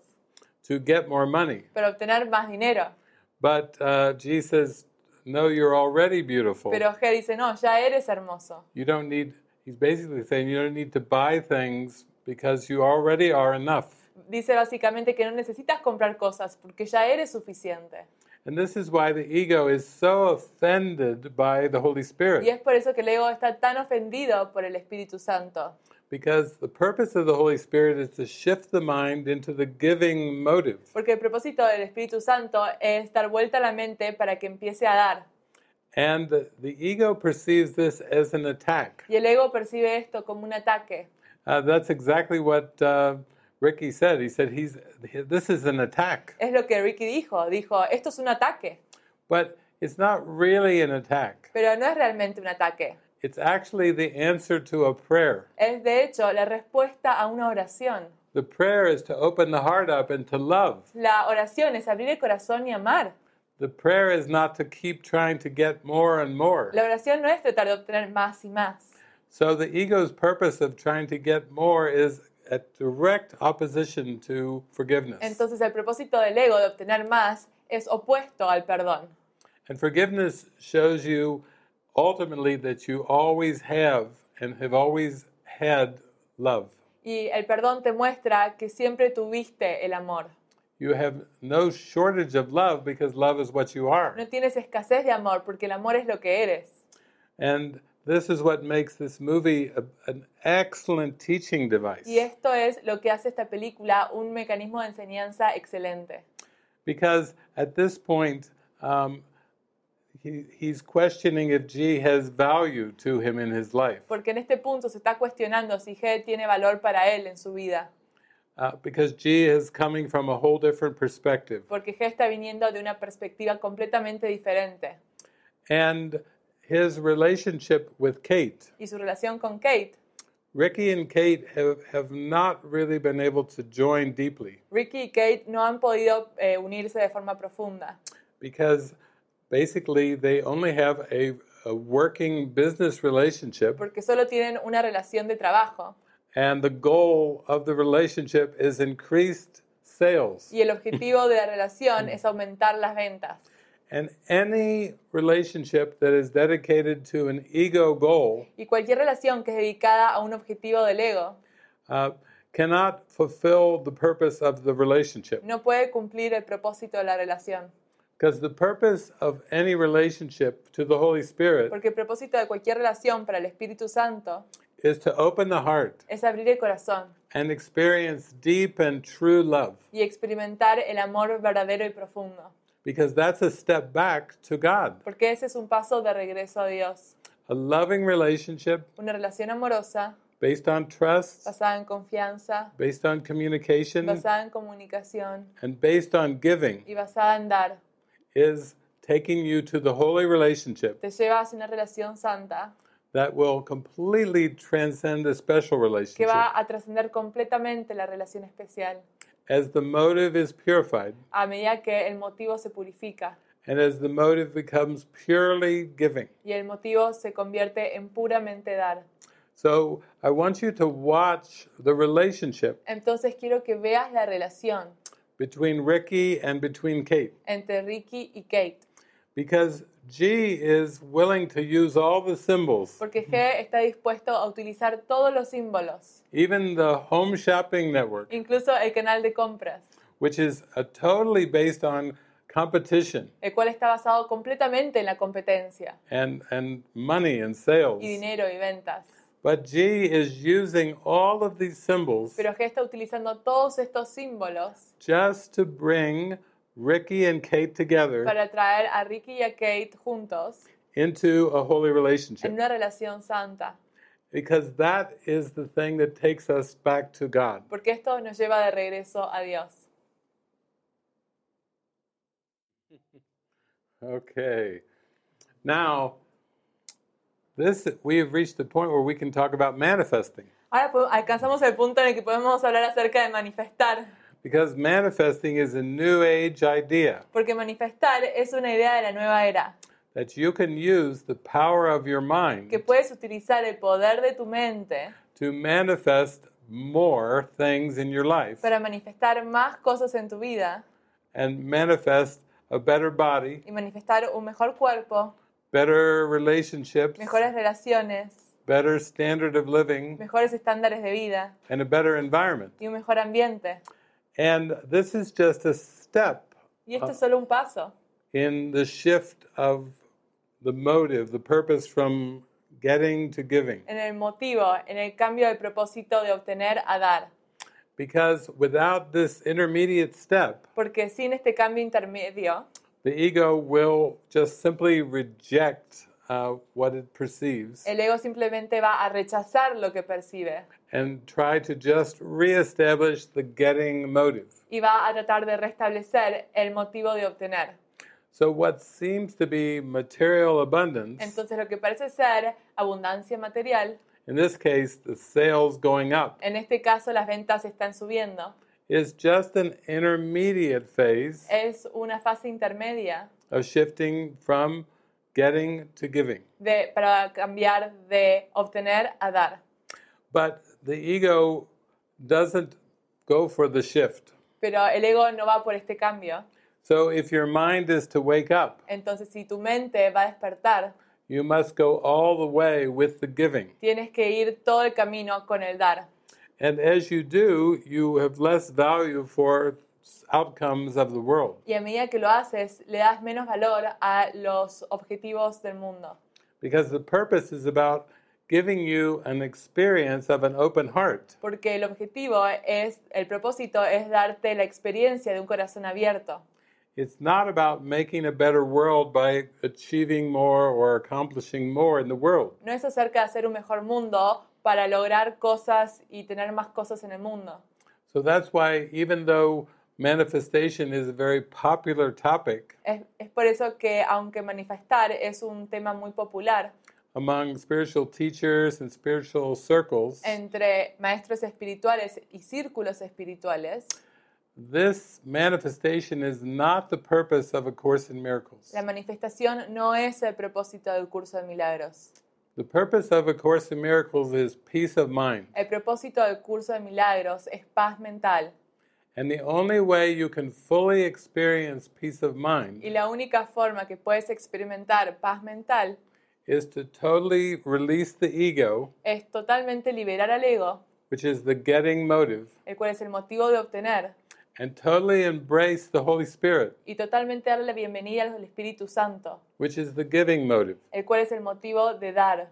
to get more money. para obtener más dinero. But uh, G says, "No, you're already beautiful. Pero G dice, no, ya eres hermoso. You don't need." He's basically saying you don't need to buy things because you already are enough. Dice básicamente que no necesitas comprar cosas porque ya eres suficiente. And this is why the ego is so offended by the Holy Spirit. Y es por eso que el ego está tan ofendido por el Espíritu Santo. Because the purpose of the Holy Spirit is to shift the mind into the giving motive. Porque el propósito del Espíritu Santo es dar vuelta a la mente para que empiece a dar. And the, the ego perceives this as an attack. Y el ego percibe esto como un ataque. Uh, that's exactly what uh, Ricky said. He said, he's, This is an attack. Es lo que Ricky dijo. Dijo, esto es un ataque, But it's not really an attack, pero no es realmente un ataque. it's actually the answer to a prayer. Es de hecho la respuesta a una oración. The prayer is to open the heart up and to love. La oración es abrir el corazón y amar. The prayer is not to keep trying to get more and more. La oración no es tratar de obtener más y más. So the ego's purpose of trying to get more is at direct opposition to forgiveness. Entonces el propósito del ego de obtener más es opuesto al perdón. and forgiveness shows you ultimately that you always have and have always had love. Y el perdón te muestra que siempre tuviste el amor. You have no shortage of love because love is what you are. No tienes escasez de amor porque el amor es lo que eres. And this is what makes this movie a, an excellent teaching device. Y esto es lo que hace esta película un mecanismo de enseñanza excelente. Because at this point, um, he, he's questioning if G has value to him in his life. Porque en este punto se está cuestionando si G tiene valor para él en su vida. Uh, because G is coming from a whole different perspective. Porque G está viniendo de una perspectiva completamente diferente. And his relationship with Kate. Y su relación con Kate. Ricky and Kate have, have not really been able to join deeply Ricky y Kate no han podido eh, unirse de forma profunda. because basically they only have a, a working business relationship, Porque solo tienen una relación de trabajo. and the goal of the relationship is increased sales. Y el objetivo de la relación es aumentar las ventas. And any relationship that is dedicated to an ego goal Y cualquier relación que es dedicada a un objetivo del ego uh, cannot fulfill the purpose of the relationship. no puede cumplir el propósito de la relación. Because the purpose of any relationship to the Holy Spirit Porque el propósito de cualquier relación para el Espíritu Santo is to open the heart es abrir el corazón and experience deep and true love. y experimentar el amor verdadero y profundo. Because that's a step back to God. Porque ese es un paso de regreso a Dios. A loving relationship Una relación amorosa, based on trust, basada en confianza, based on communication, basada en comunicación and based on giving y basada en dar, is taking you to the holy relationship te lleva hacia una relación santa that will completely transcend a special que relationship. va a trascender completamente la relación especial As the motive is purified a medida que el motivo se purifica and as the motive becomes purely giving. y el motivo se convierte en puramente dar. So I want you to watch the relationship Entonces quiero que veas la relación between Ricky and between Kate entre Ricky y Kate, because G is willing to use all the symbols, porque G está dispuesto a utilizar todos los símbolos, even the home shopping network, incluso el canal de compras, which is a totally based on competition el cual está basado completamente en la competencia and, and money and sales. y dinero y ventas. But G is using all of these symbols Pero G está utilizando todos estos símbolos just to bring Ricky and Kate together para traer a Ricky y a Kate juntos into a holy en relationship. una relación santa, Because that is the thing that takes us back to God. porque esto nos lleva de regreso a Dios. Okay. Now, this we've reached the point where we can talk about manifesting Ahora po- alcanzamos el punto en el que podemos hablar acerca de manifestar, because manifesting is a new age idea porque manifestar es una idea de la nueva era, that you can use the power of your que mind puedes utilizar el poder de tu mente to manifest more things in your life para manifestar más cosas en tu vida and manifest a better body, y manifestar un mejor cuerpo, better relationships, mejores relaciones, better standard of living, mejores estándares de vida and a better environment. y un mejor ambiente. And this is just a step Y esto es solo un paso in the shift of the motive, the purpose from getting to giving. en el motivo, en el cambio de propósito de obtener a dar. Because without this intermediate step, Porque sin este cambio intermedio, the ego will just simply reject uh, what it perceives el ego simplemente va a rechazar lo que percibe and try to just reestablish the getting motive. y va a tratar de restablecer el motivo de obtener. So, what seems to be material abundance, Entonces lo que parece ser abundancia material, in this case, the sales going up, en este caso las ventas están subiendo, is just an intermediate phase es una fase intermedia of shifting from getting to giving. de, para cambiar de obtener a dar. But the ego doesn't go for the shift. Pero el ego no va por este cambio. So if your mind is to wake up, Entonces si tu mente va a despertar, you must go all the way with the giving. tienes que ir todo el camino con el dar. And as you do, you have less value for outcomes of the world Y a medida que lo haces, le das menos valor a los objetivos del mundo. because the purpose is about giving you an experience of an open heart. Porque el objetivo es, el propósito es darte la experiencia de un corazón abierto. It's not about making a better world by achieving more or accomplishing more in the world. No es acerca de hacer un mejor mundo para lograr cosas y tener más cosas en el mundo. So that's why, even though manifestation is a very popular topic Es, es por eso que, aunque manifestar es un tema muy popular among spiritual teachers and spiritual circles, entre maestros espirituales y círculos espirituales, this manifestation is not the purpose of A Course in Miracles. la manifestación no es el propósito del curso de milagros. The purpose of A Course in Miracles is peace of mind. El propósito del curso de milagros es paz mental And the only way you can fully experience peace of y mind la única forma que puedes experimentar paz mental is to totally release the ego, es totalmente liberar al ego, which is the getting motive, el cual es el motivo de obtener, and totally embrace the Holy Spirit, y totalmente darle la bienvenida al Espíritu Santo, which is the giving motive. el cual es el motivo de dar.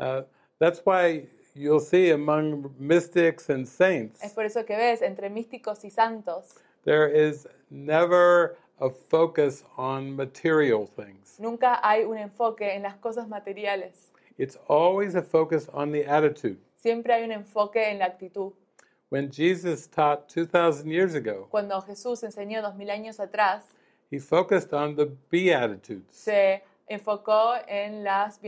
Uh, that's why you'll see among mystics and saints, Es por eso que ves, entre místicos y santos, there is never a focus on material things. nunca hay un enfoque en las cosas materiales, It's always a focus on the attitude. siempre hay un enfoque en la actitud. When Jesus taught 2,000 years ago, Cuando Jesús enseñó dos mil años atrás, he focused on the Beatitudes. se enfocó en las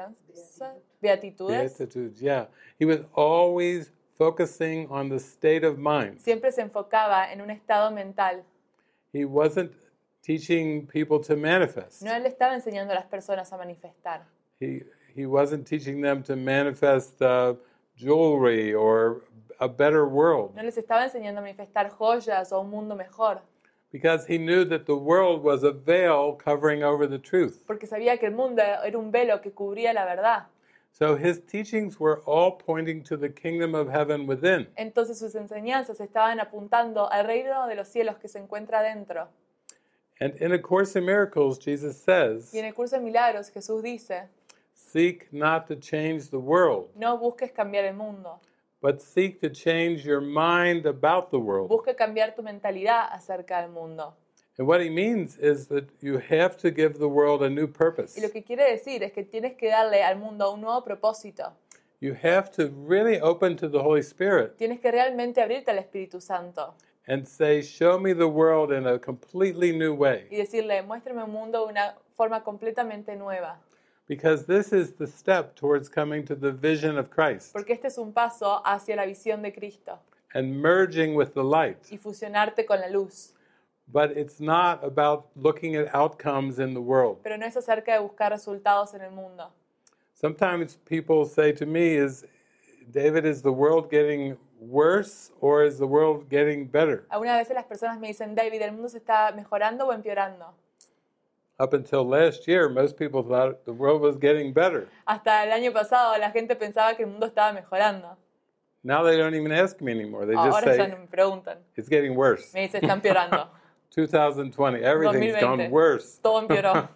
bienaventuranzas, beatitudes, Beatitudes, yeah. He was always focusing on the state of mind. siempre se enfocaba en un estado mental. He wasn't teaching people to manifest. No le estaba enseñando a las personas a manifestar. he he wasn't teaching them to manifest uh, jewelry or a better world No les estaba enseñando a manifestar joyas o un mundo mejor, because he knew that the world was a veil covering over the truth porque sabía que el mundo era un velo que cubría la verdad. so his teachings were all pointing to the kingdom of heaven within Entonces sus enseñanzas estaban apuntando al reino de los cielos que se encuentra dentro. and in a course in miracles jesus says Y en el curso de milagros Jesús dice, seek not to change the world no busques cambiar el mundo, but seek to change your mind about the world busca cambiar tu mentalidad acerca del mundo. and what he means is that you have to give the world a new purpose Y lo que quiere decir es que tienes que darle al mundo un nuevo propósito. you have to really open to the holy spirit Tienes que realmente abrirte al Espíritu Santo and say, Show me the world in a completely new y way. decirle, muéstrame un mundo de una forma completamente nueva. Because this is the step towards coming to the vision of Christ Porque este es un paso hacia la visión de Cristo and merging with the light. y fusionarte con la luz. But it's not about looking at outcomes in the world. Pero no es acerca de buscar resultados en el mundo. Sometimes people say to me, Is David, is the world getting worse or is the world getting better? Algunas veces las personas me dicen, David, ¿el mundo se está mejorando o empeorando? Up until last year, most people thought the world was getting better. Hasta el año pasado la gente pensaba que el mundo estaba mejorando. Now they don't even ask me anymore. They just Oh, Ahora ya say, no me preguntan. It's getting worse. Me dice, está empeorando. 2020, everything's gone 2020. worse. Todo empeoró.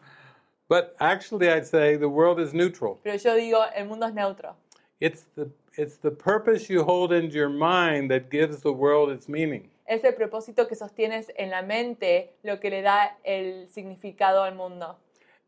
But actually, I'd say the world is neutral. Pero yo digo, el mundo es neutro. It's the, it's the purpose you hold into your mind that gives the world its meaning. Es el propósito que sostienes en la mente lo que le da el significado al mundo.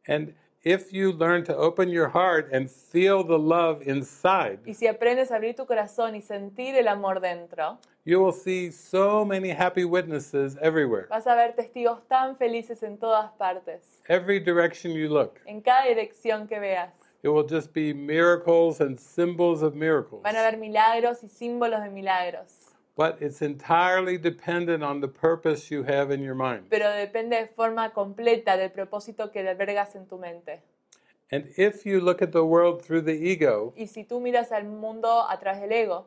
And if you learn to open your heart and feel the love inside, Y si aprendes a abrir tu corazón y sentir el amor dentro, you will see so many happy witnesses everywhere. vas a ver testigos tan felices en todas partes, Every direction you look, en cada dirección que veas. it will just be miracles and symbols of miracles. Van a ver milagros y símbolos de milagros, But it's entirely dependent on the purpose you have in your mind. pero depende de forma completa del propósito que albergas en tu mente. And if you look at the world through the ego, Y si tú miras al mundo a través del ego,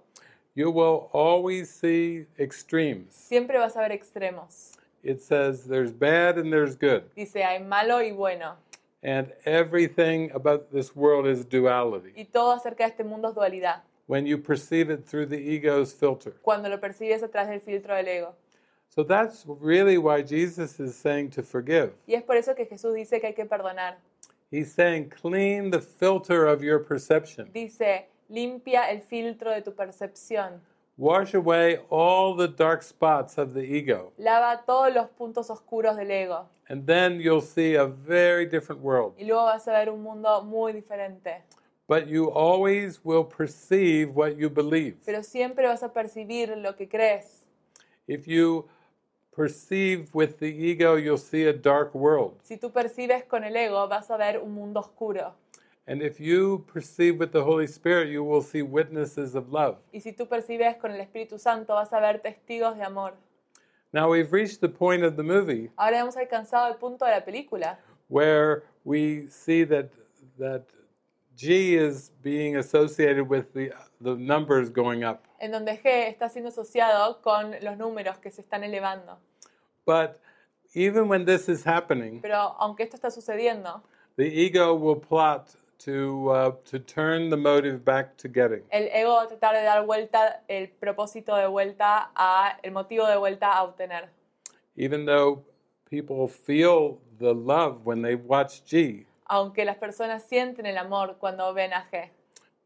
you will always see extremes. siempre vas a ver extremos. It says there's bad and there's good. Dice, hay malo y bueno. And everything about this world is duality Y todo acerca de este mundo es dualidad, when you perceive it through the ego's filter. cuando lo percibes a través del filtro del ego. So that's really why Jesus is saying to forgive. Y es por eso que Jesús dice que hay que perdonar. He's saying clean the filter of your perception, Dice, limpia el filtro de tu percepción. wash away all the dark spots of the ego, Lava todos los puntos oscuros del ego. and then you'll see a very different world. Y luego vas a ver un mundo muy diferente. But you always will perceive what you believe. Pero siempre vas a percibir lo que crees. If you perceive with the ego, you'll see a dark world. Si tú percibes con el ego, vas a ver un mundo oscuro. And if you perceive with the Holy Spirit, you will see witnesses of love. Y si tú percibes con el Espíritu Santo, vas a ver testigos de amor. Now, we've reached the point of the movie Ahora hemos alcanzado el punto de la película, where we see that, that G is being associated with the, the numbers going up. en donde G está siendo asociado con los números que se están elevando. But even when this is happening, Pero aunque esto está sucediendo, the ego will plot to, uh, to turn the motive back to getting. el ego va a tratar de dar vuelta el propósito de vuelta a el motivo de vuelta a obtener. even though people feel the love when they watch G, Aunque las personas sienten el amor cuando ven a G,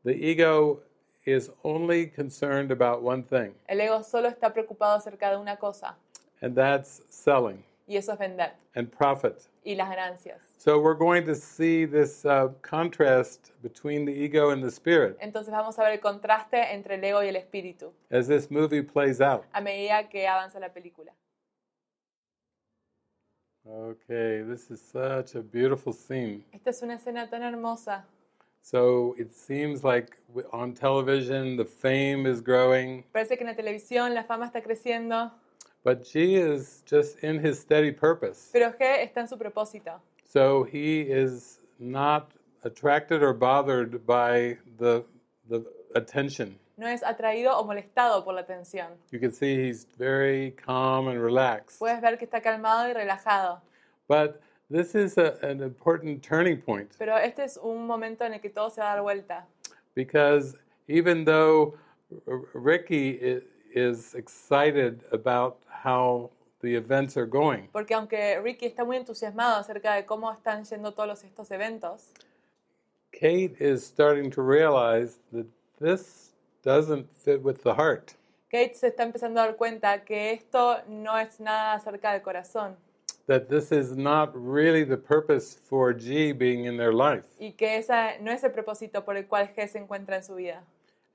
the ego is only concerned about one thing, el ego solo está preocupado acerca de una cosa and that's selling y eso es vender and profit. y las ganancias. So we're going to see this uh, contrast between the ego and the spirit Entonces vamos a ver el contraste entre el ego y el espíritu as this movie plays out. a medida que avanza la película. Okay, this is such a beautiful scene. Esta es una escena tan hermosa. So it seems like w- on television the fame is growing, Parece que en la televisión la fama está creciendo, but G is just in his steady purpose. pero G está en su propósito. So he is not attracted or bothered by the the attention. No es atraído o molestado por la atención. You can see he's very calm and relaxed. Puedes ver que está calmado y relajado. But this is a, an important turning point Pero este es un momento en el que todo se va a dar vuelta. because even though R- Ricky i- is excited about how the events are going, Porque aunque Ricky está muy entusiasmado acerca de cómo están yendo todos los- estos eventos, Kate is starting to realize that this doesn't fit with the heart. Kate se está empezando a dar cuenta que esto no es nada acerca del corazón That this is not really the purpose for G being in their life. y que esa no es el propósito por el cual G se encuentra en su vida.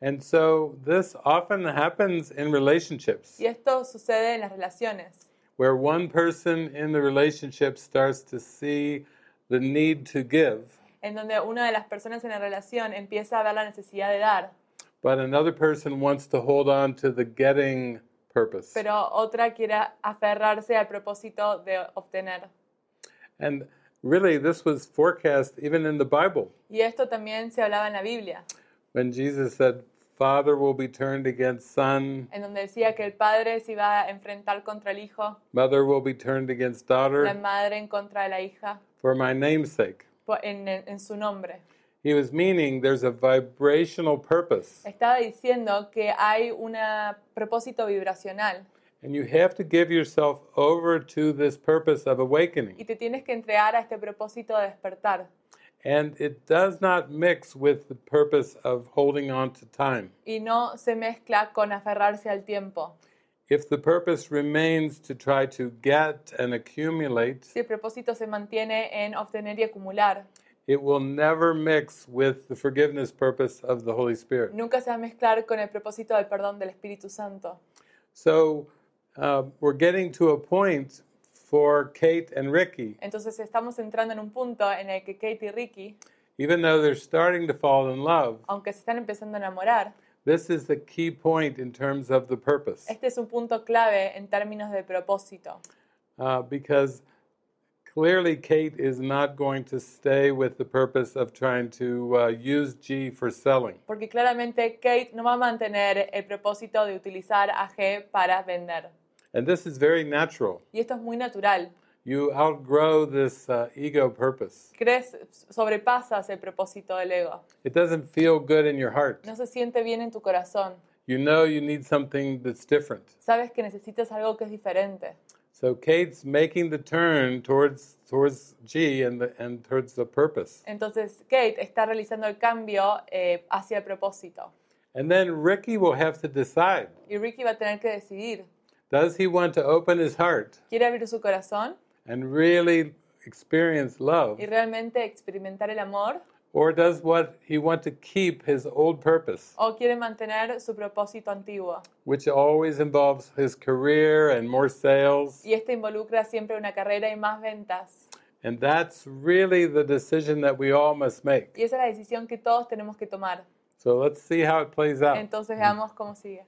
And so this often happens in relationships Y esto sucede en las relaciones, where one person in the relationship starts to see the need to give, en donde una de las personas en la relación empieza a ver la necesidad de dar, but another person wants to hold on to the getting purpose. pero otra quiere aferrarse al propósito de obtener. And really, this was forecast even in the Bible Y esto también se hablaba en la Biblia, when Jesus said, Father will be turned against son, en donde decía que el padre se iba a enfrentar contra el hijo, mother will be turned against la daughter madre en contra de la hija, for my name's sake. po- en, en- en su nombre. He was meaning there's a vibrational purpose Estaba diciendo que hay un propósito vibracional and you have to give yourself over to this purpose of y awakening. te tienes que entregar a este propósito de despertar. And it does not mix with the purpose of holding on to time. Y no se mezcla con aferrarse al tiempo. If the purpose remains to try to get and accumulate, Si el propósito se mantiene en obtener y acumular, it will never mix with the forgiveness purpose of the Holy Spirit. nunca se va a mezclar con el propósito del perdón del Espíritu Santo. So uh, we're getting to a point for Kate and Ricky, Entonces estamos entrando en un punto en el que Kate y Ricky, even though they're starting to fall in love, aunque se están empezando a enamorar, this is the key point in terms of the purpose. este es un punto clave en términos de propósito. Uh, because clearly Kate is not going to stay with the purpose of trying to uh, use G for selling. Porque claramente Kate no va a mantener el propósito de utilizar a G para vender. And this is very natural. Y esto es muy natural. You outgrow this uh, ego purpose. Crees, sobrepasas el propósito del ego. It doesn't feel good in your heart. No se siente bien en tu corazón. You know you need something that's different. Sabes que necesitas algo que es diferente. So Kate's making the turn towards towards G and the, and towards the purpose. Entonces Kate está realizando el cambio eh, hacia el propósito. And then Ricky will have to decide: Y Ricky va a tener que decidir. Does he want to open his heart ¿Quiere abrir su corazón and really experience love, y realmente experimentar el amor? or does what he want to keep his old purpose, ¿O quiere mantener su propósito antiguo? which always involves his career and more sales? Y esto involucra siempre una carrera y más ventas. And that's really the decision that we all must make. Y esa es la decisión que todos tenemos que tomar. So let's see how it plays out. Entonces veamos cómo sigue.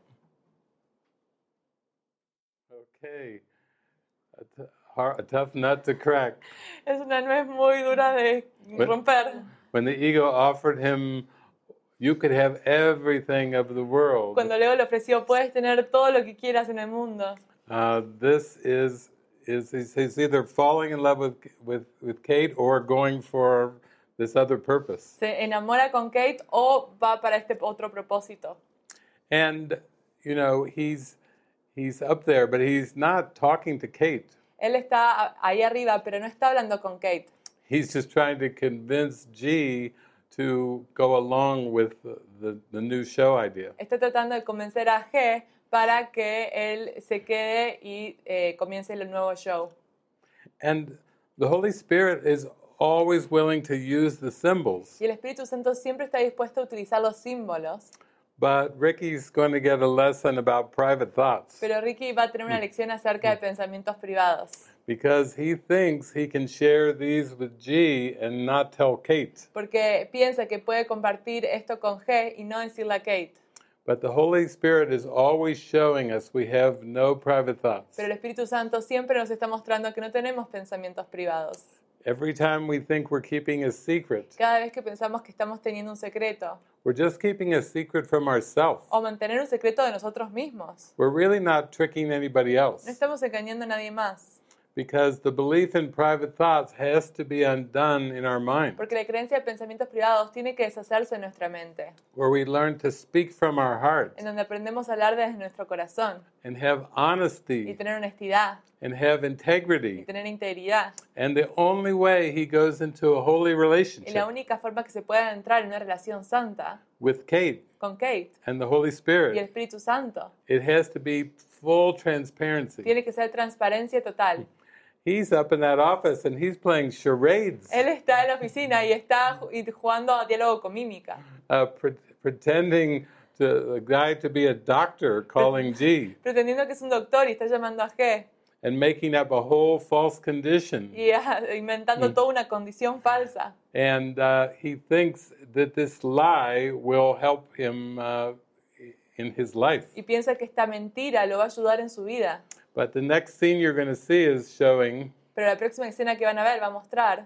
Okay, a, t- har- a tough nut to crack. Es una nuez muy dura de Bueno. romper. When the ego offered him, you could have everything of the world. Cuando Leo le ofreció, puedes tener todo lo que quieras en el mundo. Uh, this is is he's, he's either falling in love with, with with Kate or going for this other purpose. Se enamora con Kate o va para este otro propósito. And you know he's he's up there, but he's not talking to Kate. Él está a- ahí arriba, pero no está hablando con Kate. He's just trying to convince G to go along with the, the, the new show idea. Está tratando de convencer a G para que él se quede y eh, comience el nuevo show. And the Holy Spirit is always willing to use the symbols, Y el Espíritu Santo siempre está dispuesto a utilizar los símbolos, but Ricky's going to get a lesson about private thoughts. pero Ricky va a tener una lección acerca de pensamientos privados, because he thinks he can share these with G and not tell Kate. porque piensa que puede compartir esto con G y no decirle a Kate. But the Holy Spirit is always showing us we have no private thoughts. Pero el Espíritu Santo siempre nos está mostrando que no tenemos pensamientos privados. Every time we think we're keeping a secret, Cada vez que pensamos que estamos teniendo un secreto we're just keeping a secret from ourselves. o mantener un secreto de nosotros mismos, We're really not tricking anybody no else estamos engañando a nadie más, because the belief in private thoughts has to be undone in our mind, porque la creencia de pensamientos privados tiene que deshacerse en nuestra mente, where we learn to speak from our heart en donde aprendemos a hablar desde nuestro corazón and have y honesty tener honestidad and have y integrity. tener integridad. And the only way he goes into a holy Y relationship la única forma que se pueda entrar en una relación santa with Kate con Kate and the Holy y el Spirit. Espíritu Santo It has to be full transparency. tiene que ser transparencia total. He's up in that office and he's playing charades, Él está en la oficina y está ju- y jugando a diálogo con mímica, uh, pre- pretending to the guy to be a doctor calling G pretendiendo que es un doctor y está llamando a G and making up a whole false condition. y ah, inventando toda una condición falsa. And uh, he thinks that this lie will help him uh, in his life. Y piensa que esta mentira lo va a ayudar en su vida. But the next scene you're going to see is showing Pero la próxima escena que van a ver va a mostrar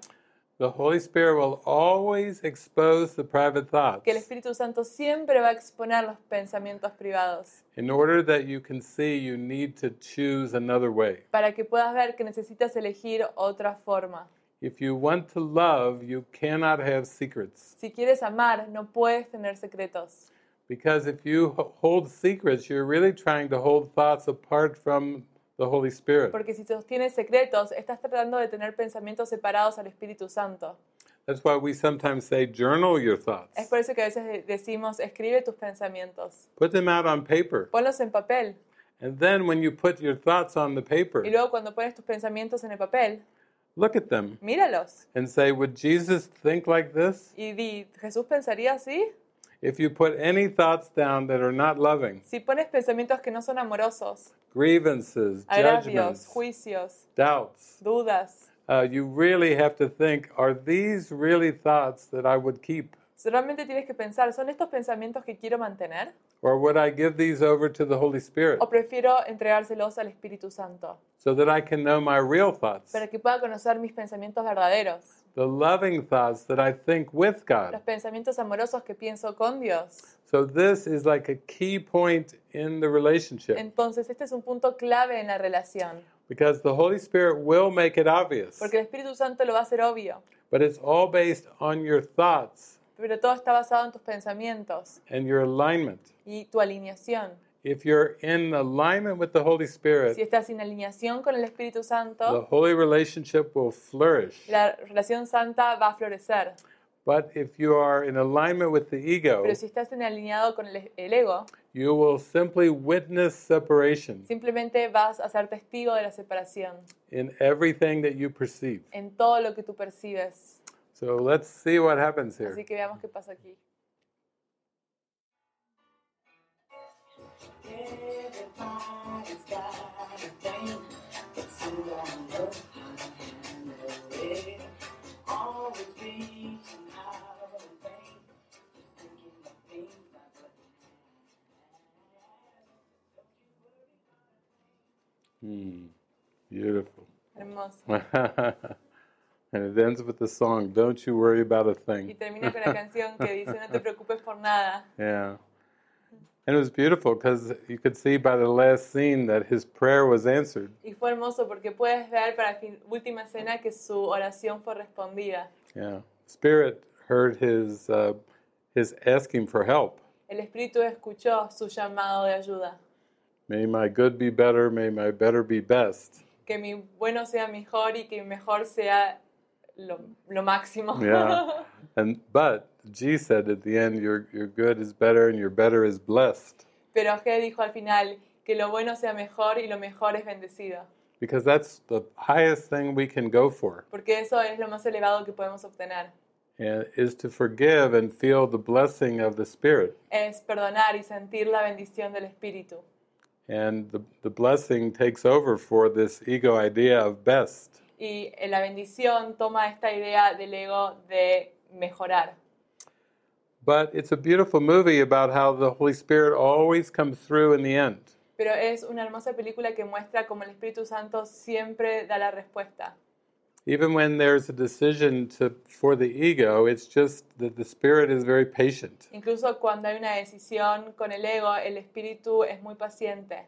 the Holy Spirit will always expose the private thoughts. que el Espíritu Santo siempre va a exponer los pensamientos privados In order that you can see, you need to choose another way. para que puedas ver que necesitas elegir otra forma. If you want to love, you cannot have secrets Si quieres amar, no puedes tener secretos, Because if you h- hold secrets, you're really trying to hold thoughts apart from the Holy Spirit. Porque si sostienes secretos, estás tratando de tener pensamientos separados al Espíritu Santo. That's why we sometimes say journal your thoughts. Es por eso que a veces de- decimos, escribe tus pensamientos, Put them out on paper. ponlos en papel. And then when you put your thoughts on the paper, Y luego cuando pones tus pensamientos en el papel, look at them míralos. and say, Would Jesus think like this? Y di, ¿Jesús pensaría así? If you put any thoughts down that are not loving, Si pones pensamientos que no son amorosos, grievances, agravios, judgments, juicios, doubts, dudas, uh, you really have to think are these really thoughts that I would keep? solamente tienes que pensar, ¿son estos pensamientos que quiero mantener? Or would I give these over to the Holy Spirit ¿O prefiero entregárselos al Espíritu Santo so that I can know my real thoughts? para que pueda conocer mis pensamientos verdaderos? The loving thoughts that I think with Los God. pensamientos amorosos que pienso con Dios. So, this is like a key point in the relationship Entonces, este es un punto clave en la relación, because the Holy Spirit will make it obvious, porque el Espíritu Santo lo va a hacer obvio, but it's all based on your thoughts pero todo está basado en tus pensamientos and your alignment. y tu alineación. If you're in alignment with the Holy Spirit, Si estás en alineación con el Espíritu the Santo, holy relationship will flourish. la relación santa va a florecer. But if you are in alignment with the ego, Pero si estás en alineado con el, e-, el ego, you will simply witness separation simplemente vas a ser testigo de la separación in everything that you perceive. en todo lo que tú percibes. So let's see what happens Así here. que veamos qué pasa aquí. Everybody's got a thing, it's who don't know how to handle it. Always reaching out of vain, just thinking of things not what Beautiful. *laughs* Hermoso. and it ends with the song, Don't You Worry About a Y Thing. termina con la canción que dice, no te preocupes por nada. Yeah. And it was beautiful because you could see by the last scene that his prayer was answered. Y fue hermoso porque puedes ver para la última escena que su oración fue respondida. Yeah. Spirit heard his, uh, his asking for help. El Espíritu escuchó su llamado de ayuda. May my good be better, may my better be best. Que mi bueno sea mejor y que mi mejor sea lo, lo máximo. Yeah. And but G said at the end, your your good is better and your better is blessed. *laughs* Pero G dijo al final que lo bueno sea mejor y lo mejor es bendecido. Because that's the highest thing we can go for. Porque eso es lo más elevado que podemos obtener. And is to forgive and feel the blessing of the Spirit. Es perdonar y sentir la bendición del Espíritu. And the, the blessing takes over for this ego idea of best. Y eh, la bendición toma esta idea del ego de mejorar. But it's a beautiful movie about how the Holy Spirit always comes through in the end. Pero es una hermosa película que muestra cómo el Espíritu Santo siempre da la respuesta. Even when there's a decision to for the ego, it's just that the spirit is very patient. Incluso cuando hay una decisión con el ego, el Espíritu es muy paciente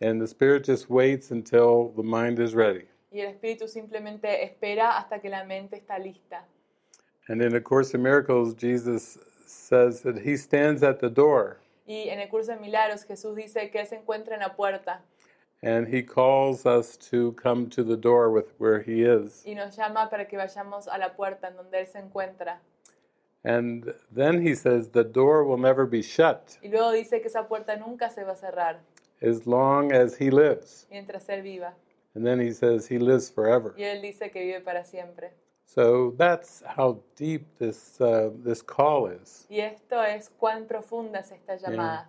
And the spirit just waits until the mind is ready. y el Espíritu simplemente espera hasta que la mente está lista. And in A Course in Miracles, Jesus says that he stands at the door Y en el curso de milagros Jesús dice que Él se encuentra en la puerta and he calls us to come to the door with where he is. y nos llama para que vayamos a la puerta en donde Él se encuentra. And then he says, The door will never be shut Y luego dice que esa puerta nunca se va a cerrar as long as he lives. mientras Él viva. And then he says, He lives forever. Y Él dice que vive para siempre. So that's how deep this, uh, this call is. Y esto es cuán profunda es esta llamada.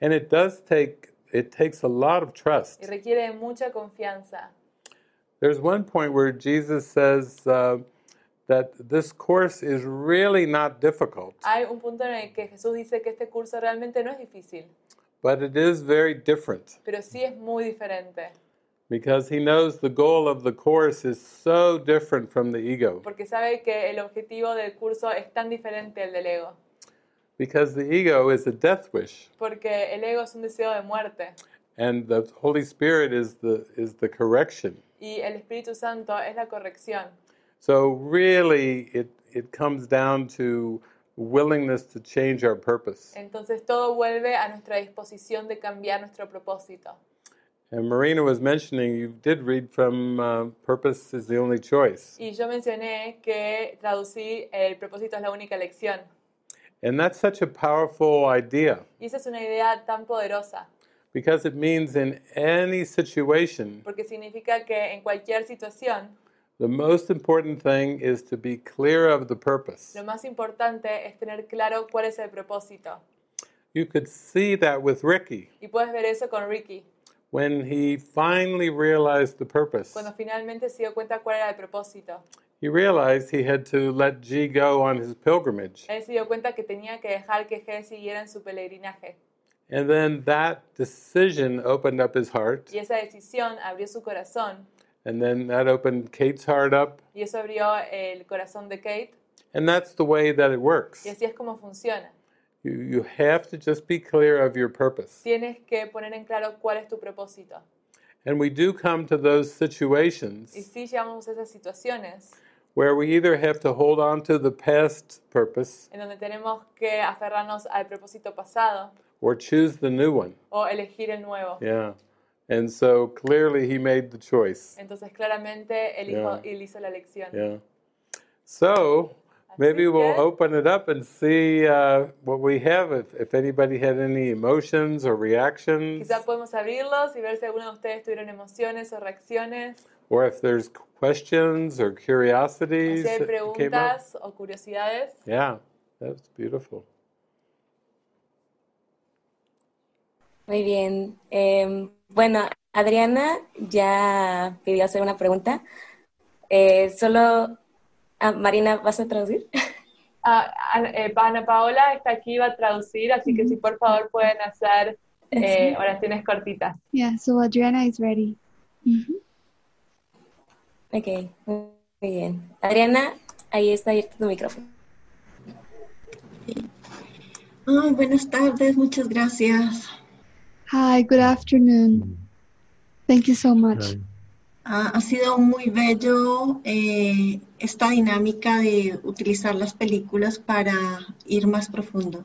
And it does take it takes a lot of trust. y requiere de mucha confianza. There's one point where Jesus says uh, that this course is really not difficult, Hay un punto en el que Jesús dice que este curso realmente no es difícil, but it is very different pero sí es muy diferente, because he knows the goal of the course is so different from the ego. porque sabe que el objetivo del curso es tan diferente al del ego, Because the ego is a death wish, porque el ego es un deseo de muerte and the Holy Spirit is the is the correction. y el Espíritu Santo es la corrección. So really, it it comes down to willingness to change our purpose. Entonces todo vuelve a nuestra disposición de cambiar nuestro propósito. And Marina was mentioning you did read from uh, Purpose is the Only Choice. Y yo mencioné que traducí el propósito es la única elección. And that's such a powerful idea Y esa es una idea tan poderosa, because it means in any situation, porque significa que en cualquier situación the most important thing is to be clear of the purpose. lo más importante es tener claro cuál es el propósito. You could see that with Ricky Y puedes ver eso con Ricky, when he finally realized the purpose. cuando finalmente se dio cuenta cuál era el propósito. He realized he had to let G go on his pilgrimage. Él se dio cuenta que tenía que dejar que G siguiera en su peregrinaje. And then that decision opened up his heart. Y esa decisión abrió su corazón. And then that opened Kate's heart up. Y eso abrió el corazón de Kate. And that's the way that it works. Y así es como funciona. You, you have to just be clear of your purpose. Tienes que poner en claro cuál es tu propósito. And we do come to those Y situations sí llegamos a esas situaciones where we either have to hold on to the past purpose en donde tenemos que aferrarnos al propósito pasado or choose the new one. o elegir el nuevo. Yeah. And so clearly he made the choice. Entonces claramente él hizo, Yeah. él hizo la elección. Yeah. So maybe Así we'll que- open it up and see uh, what we have. If, if anybody had any emotions or reactions, Quizá podemos abrirlos y ver si alguno de ustedes tuvieron emociones o reacciones, or if there's questions or o curiosities si hay that came up. preguntas o curiosidades. Yeah, that's beautiful. Muy bien. Eh, bueno, Adriana ya pidió hacer una pregunta. Eh, solo, ah, Marina, ¿vas a traducir? *laughs* Ah, Ana eh, Ana Paola está aquí, va a traducir, así que si por favor pueden hacer eh, oraciones cortitas. Yeah, so Adriana is ready. Mm-hmm. Ok, muy bien. Adriana, ahí está abierto tu micrófono. Ay, Ah, buenas tardes, muchas gracias. Hi, good afternoon. Thank you so much. Ah, ha sido muy bello eh, esta dinámica de utilizar las películas para ir más profundo.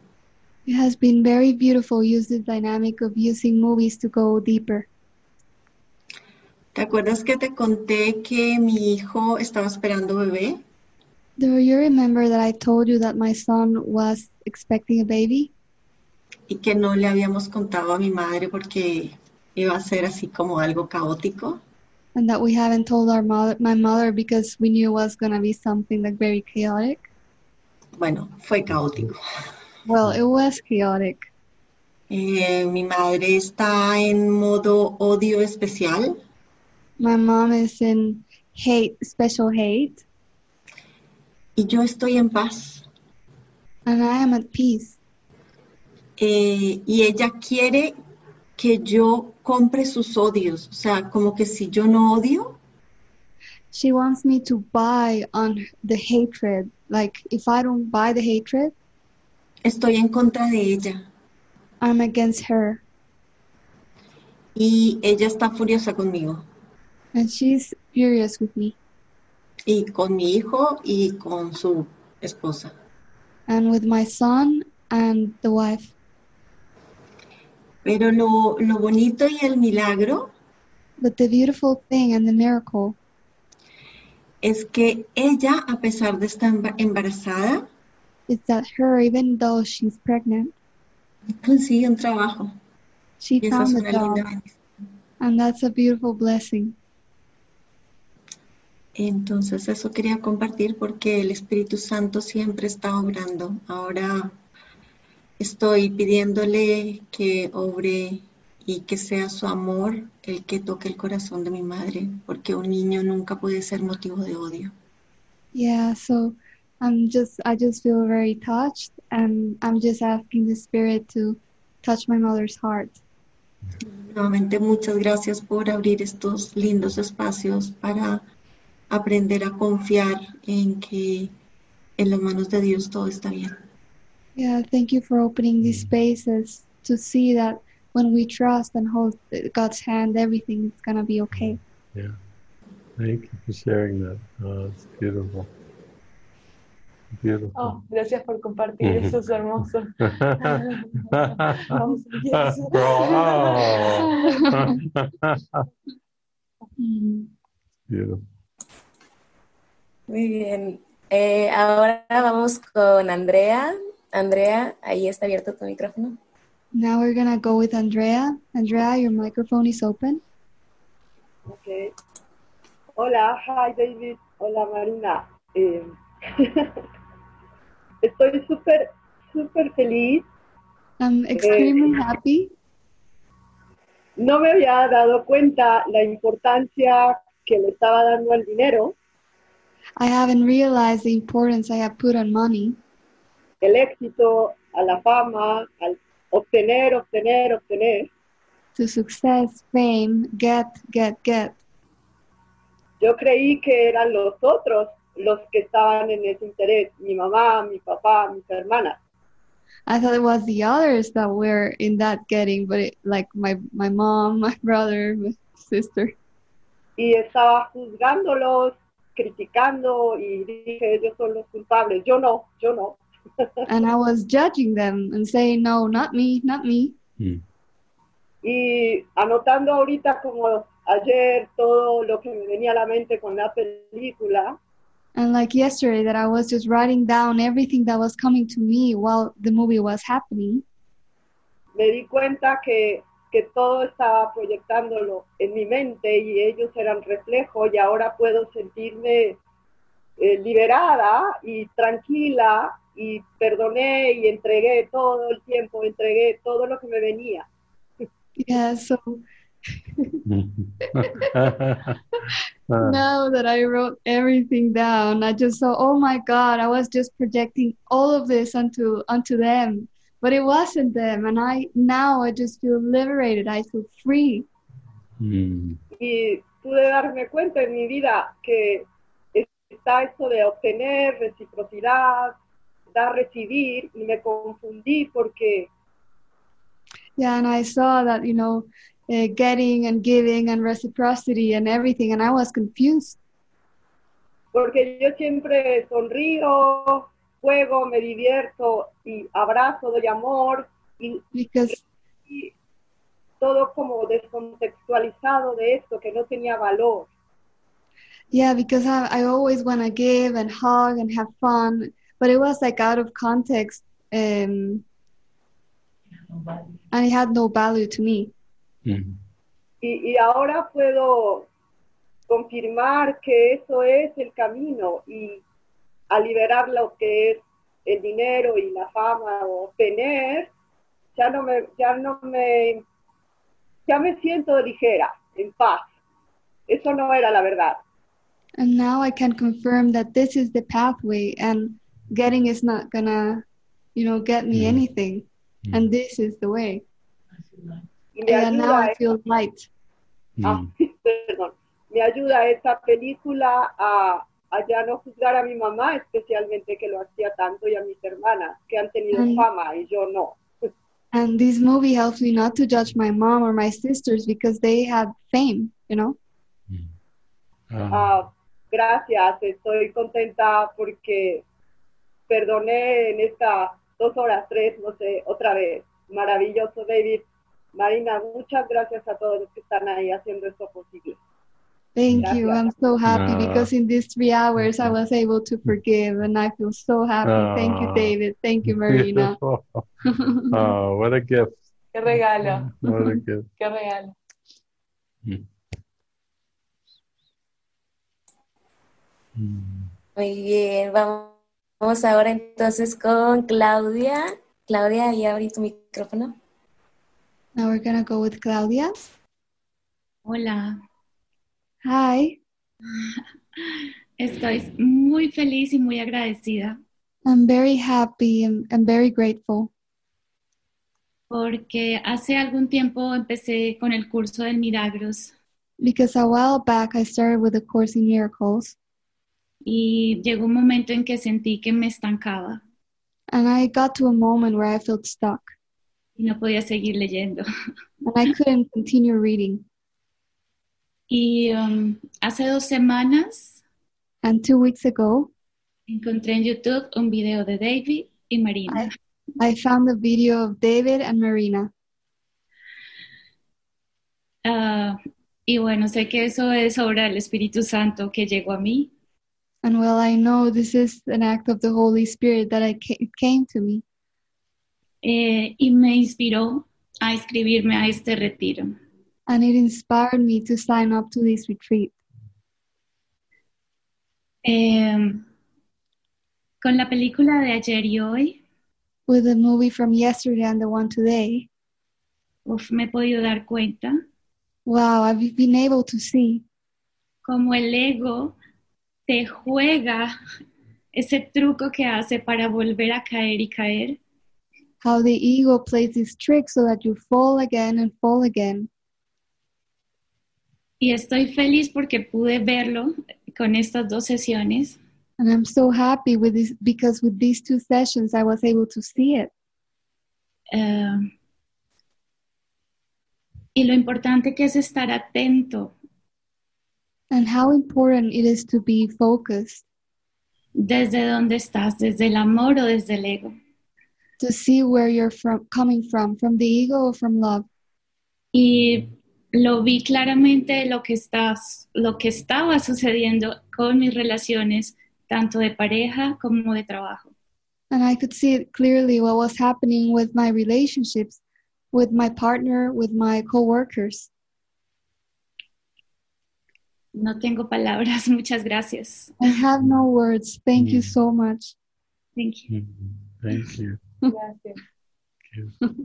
It has been very beautiful. Use the dynamic of using movies to go deeper. ¿Te acuerdas que te conté que mi hijo estaba esperando bebé? Do you remember that I told you that my son was expecting a baby? y que no le habíamos contado a mi madre porque iba a ser así como algo caótico. And that we haven't told our mother, my mother because we knew it was gonna be something like very chaotic. Bueno, fue caótico. Well, it was chaotic. Eh, mi madre está en modo odio especial My mom is in hate, special hate, y yo estoy en paz. and I am at peace. Eh, y ella quiere que yo compre sus odios, o sea, como que si yo no odio, She wants me to buy on the hatred. Like, if I don't buy the hatred, estoy en contra de ella. I'm against her. Y ella está furiosa conmigo And she's furious with me y con mi hijo y con su esposa. and with my son and the wife. Pero lo, lo bonito y el milagro But the beautiful thing and the miracle es que ella, a pesar de estar emba- embarazada, is that her, even though she's pregnant, consigue un trabajo. she Y esa es found una a linda job. bendición. And that's a beautiful blessing. Entonces, eso quería compartir porque el Espíritu Santo siempre está obrando. Ahora estoy pidiéndole que obre y que sea su amor el que toque el corazón de mi madre, porque un niño nunca puede ser motivo de odio. Yeah, so I'm just, I just feel very touched and I'm just asking the Spirit to touch my mother's heart. Nuevamente, muchas gracias por abrir estos lindos espacios para aprender a confiar en que en las manos de Dios todo está bien. Yeah, thank you for opening these spaces to see that when we trust and hold God's hand, everything is gonna be okay. Thank you for sharing that. Oh, it's beautiful. *laughs* Beautiful. Oh, gracias por compartir, eso es hermoso. Ah. Vamos, yes. Bro, oh. *laughs* Mm. Beautiful. Muy bien. Eh, ahora vamos con Andrea. Andrea, ahí está abierto tu micrófono. Now we're gonna go with Andrea. Andrea, your microphone is open. Okay. Hola, hi David. Hola Marina. Eh, *laughs* estoy súper, súper feliz. I'm extremely happy. No me había dado cuenta la importancia que le estaba dando al dinero, I haven't realized the importance I have put on money, el éxito, a la fama, al obtener, obtener, obtener. to success, fame, get, get, get. Yo creí que eran los otros los que estaban en ese interés, mi mamá, mi papá, mis hermanas. I thought it was the others that were in that getting, but it, like my my mom, *laughs* my brother, my sister. y estaba juzgándolos, criticando y dije, ellos son los culpables, yo no, yo no. and I was judging them and saying, no, not me, not me. Mm. *laughs* Y anotando ahorita como ayer todo lo que me venía a la mente con la película, And like yesterday, that I was just writing down everything that was coming to me while the movie was happening. me di cuenta que, que todo estaba proyectándolo en mi mente y ellos eran reflejo y ahora puedo sentirme eh, liberada y tranquila y perdoné y entregué todo el tiempo, entregué todo lo que me venía. Yeah, so Uh, now that I wrote everything down, I just saw, oh my God, I was just projecting all of this onto onto them, but it wasn't them. And I now I just feel liberated. I feel free. Mm. y pude darme cuenta en mi vida que está eso de obtener reciprocidad, dar, recibir, y me confundí porque Yeah, and I saw that you know, uh, getting and giving and reciprocity and everything, and I was confused. porque yo siempre sonrío, juego, me divierto y abrazo, doy amor y, because y todo como descontextualizado de esto que no tenía valor. yeah because i, I always want to give and hug and have fun but it was like out of context um, and it had no value to me Mm. Y, y ahora puedo confirmar que eso es el camino y a liberar lo que es el dinero y la fama o obtener, ya no me, ya no me, ya me siento ligera, en paz. Eso no era la verdad. and now i can confirm that this is the pathway and getting is not gonna you know get me Mm. anything Mm. and this is the way Y me and now ayuda, i feel light *laughs* ah, oh. Mm. perdón, me ayuda esta película a, a ya no juzgar a mi mamá, especialmente que lo hacía tanto, y a mis hermanas que han tenido Mm. fama y yo no. and this movie helps me not to judge my mom or my sisters because they had fame you know mm. Ah, Oh, Ah, gracias, estoy contenta porque perdoné en estas dos horas, tres, no sé, otra vez. Maravilloso, David. Marina, muchas gracias a todos los que están ahí haciendo esto posible. Thank you. Gracias. I'm so happy Ah. because in these three hours I was able to forgive and I feel so happy. Thank you, Ah. David. Thank you, *laughs* Marina. *laughs* beautiful. Oh, what a gift. Qué regalo, Ah. What a gift. qué regalo. *laughs* Mm. Muy bien, vamos, vamos ahora entonces con Claudia. Claudia, ahí abrí tu micrófono. Now we're gonna go with Claudia. Hola, Hi. estoy muy feliz y muy agradecida I'm very happy and, and very grateful porque hace algún tiempo empecé con el curso de milagros because a while back I started with a course in miracles y llegó un momento en que sentí que me estancaba and I got to a moment where I felt stuck y no podía seguir leyendo. and I couldn't continue reading. Y um, hace dos semanas And two weeks ago, Encontré en YouTube un video de David y Marina. I found the video of David and Marina. Ah, y bueno, sé que eso es obra del Espíritu Santo que llegó a mí. And well, I know this is an act of the Holy Spirit that I ca- came to me. eh, y me inspiró a inscribirme a este retiro. And it inspired me to sign up to this retreat. Eh, con la película de ayer y hoy, With the movie from yesterday and the one today, uf, me he podido dar cuenta wow, I've been able to see cómo el ego te juega ese truco que hace para volver a caer y caer, how the ego plays this trick so that you fall again and fall again. Y estoy feliz porque pude verlo con estas dos sesiones. And I'm so happy with this because with these two sessions, I was able to see it. eh, y lo importante que es estar atento And how important it is to be focused, desde dónde estás, desde el amor o desde el ego. to see where you're from, coming from, from the ego or from love. Y lo vi claramente lo que, estás, lo que estaba sucediendo con mis relaciones, tanto de pareja como de trabajo. And I could see it clearly what was happening with my relationships, with my partner, with my coworkers. No tengo palabras, *laughs* muchas gracias. I have no words. Thank you so much. Thank you. Mhm. Thank you. Gracias.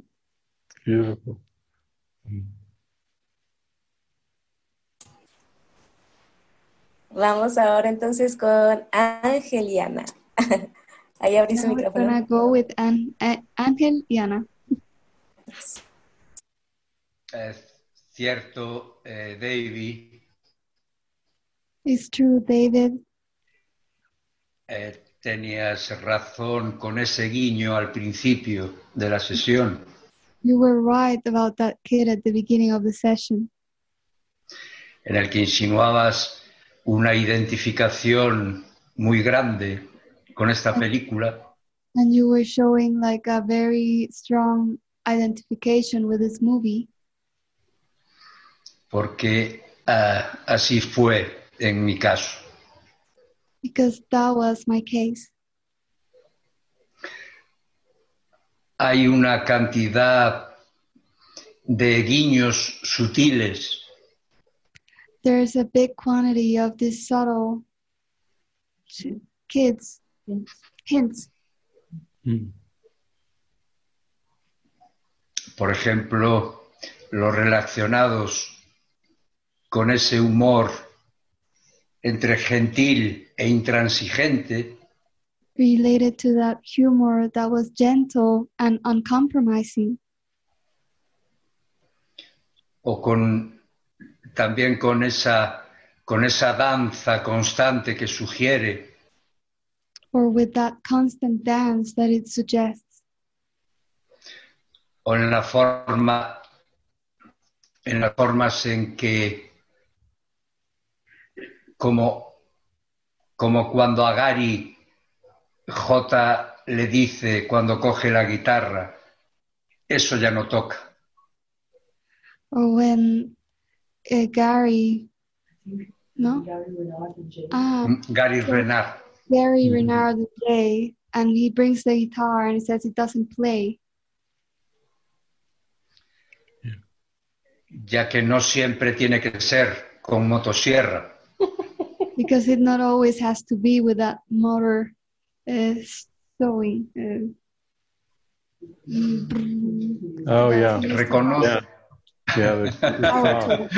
Beautiful. Mm. Vamos ahora entonces con Angeliana. *laughs* Ahí abrí su Now we're micrófono. gonna go with An- A- Angel y Ana. Es cierto, eh, Davy, It's true, David. eh, tenías razón con ese guiño al principio de la sesión. You were right about that kid at the beginning of the session, en el que insinuabas una identificación muy grande con esta película and you were showing like a very strong identification with this movie porque ah, así fue en mi caso. because that was my case. Hay una cantidad de guiños sutiles There's a big quantity of these subtle ch- kids hints. Mm. por ejemplo, los relacionados con ese humor entre gentil e intransigente, related to that humor that was gentle and uncompromising, o con también con esa con esa danza constante que sugiere or with that constant dance that it suggests, o en la forma en las formas en que como como cuando a Gary J le dice cuando coge la guitarra eso ya no toca or when uh, Gary, no, ah, Mm, Gary Renard Mm-hmm. Gary Mhm. Renard the play, and he brings the guitar and he says it doesn't play ya que no siempre tiene que ser con motosierra *laughs* *laughs* because it not always has to be with that motor uh, sewing. Uh, Ah, Oh, yeah. reconoce Yeah. Yeah. the- the song.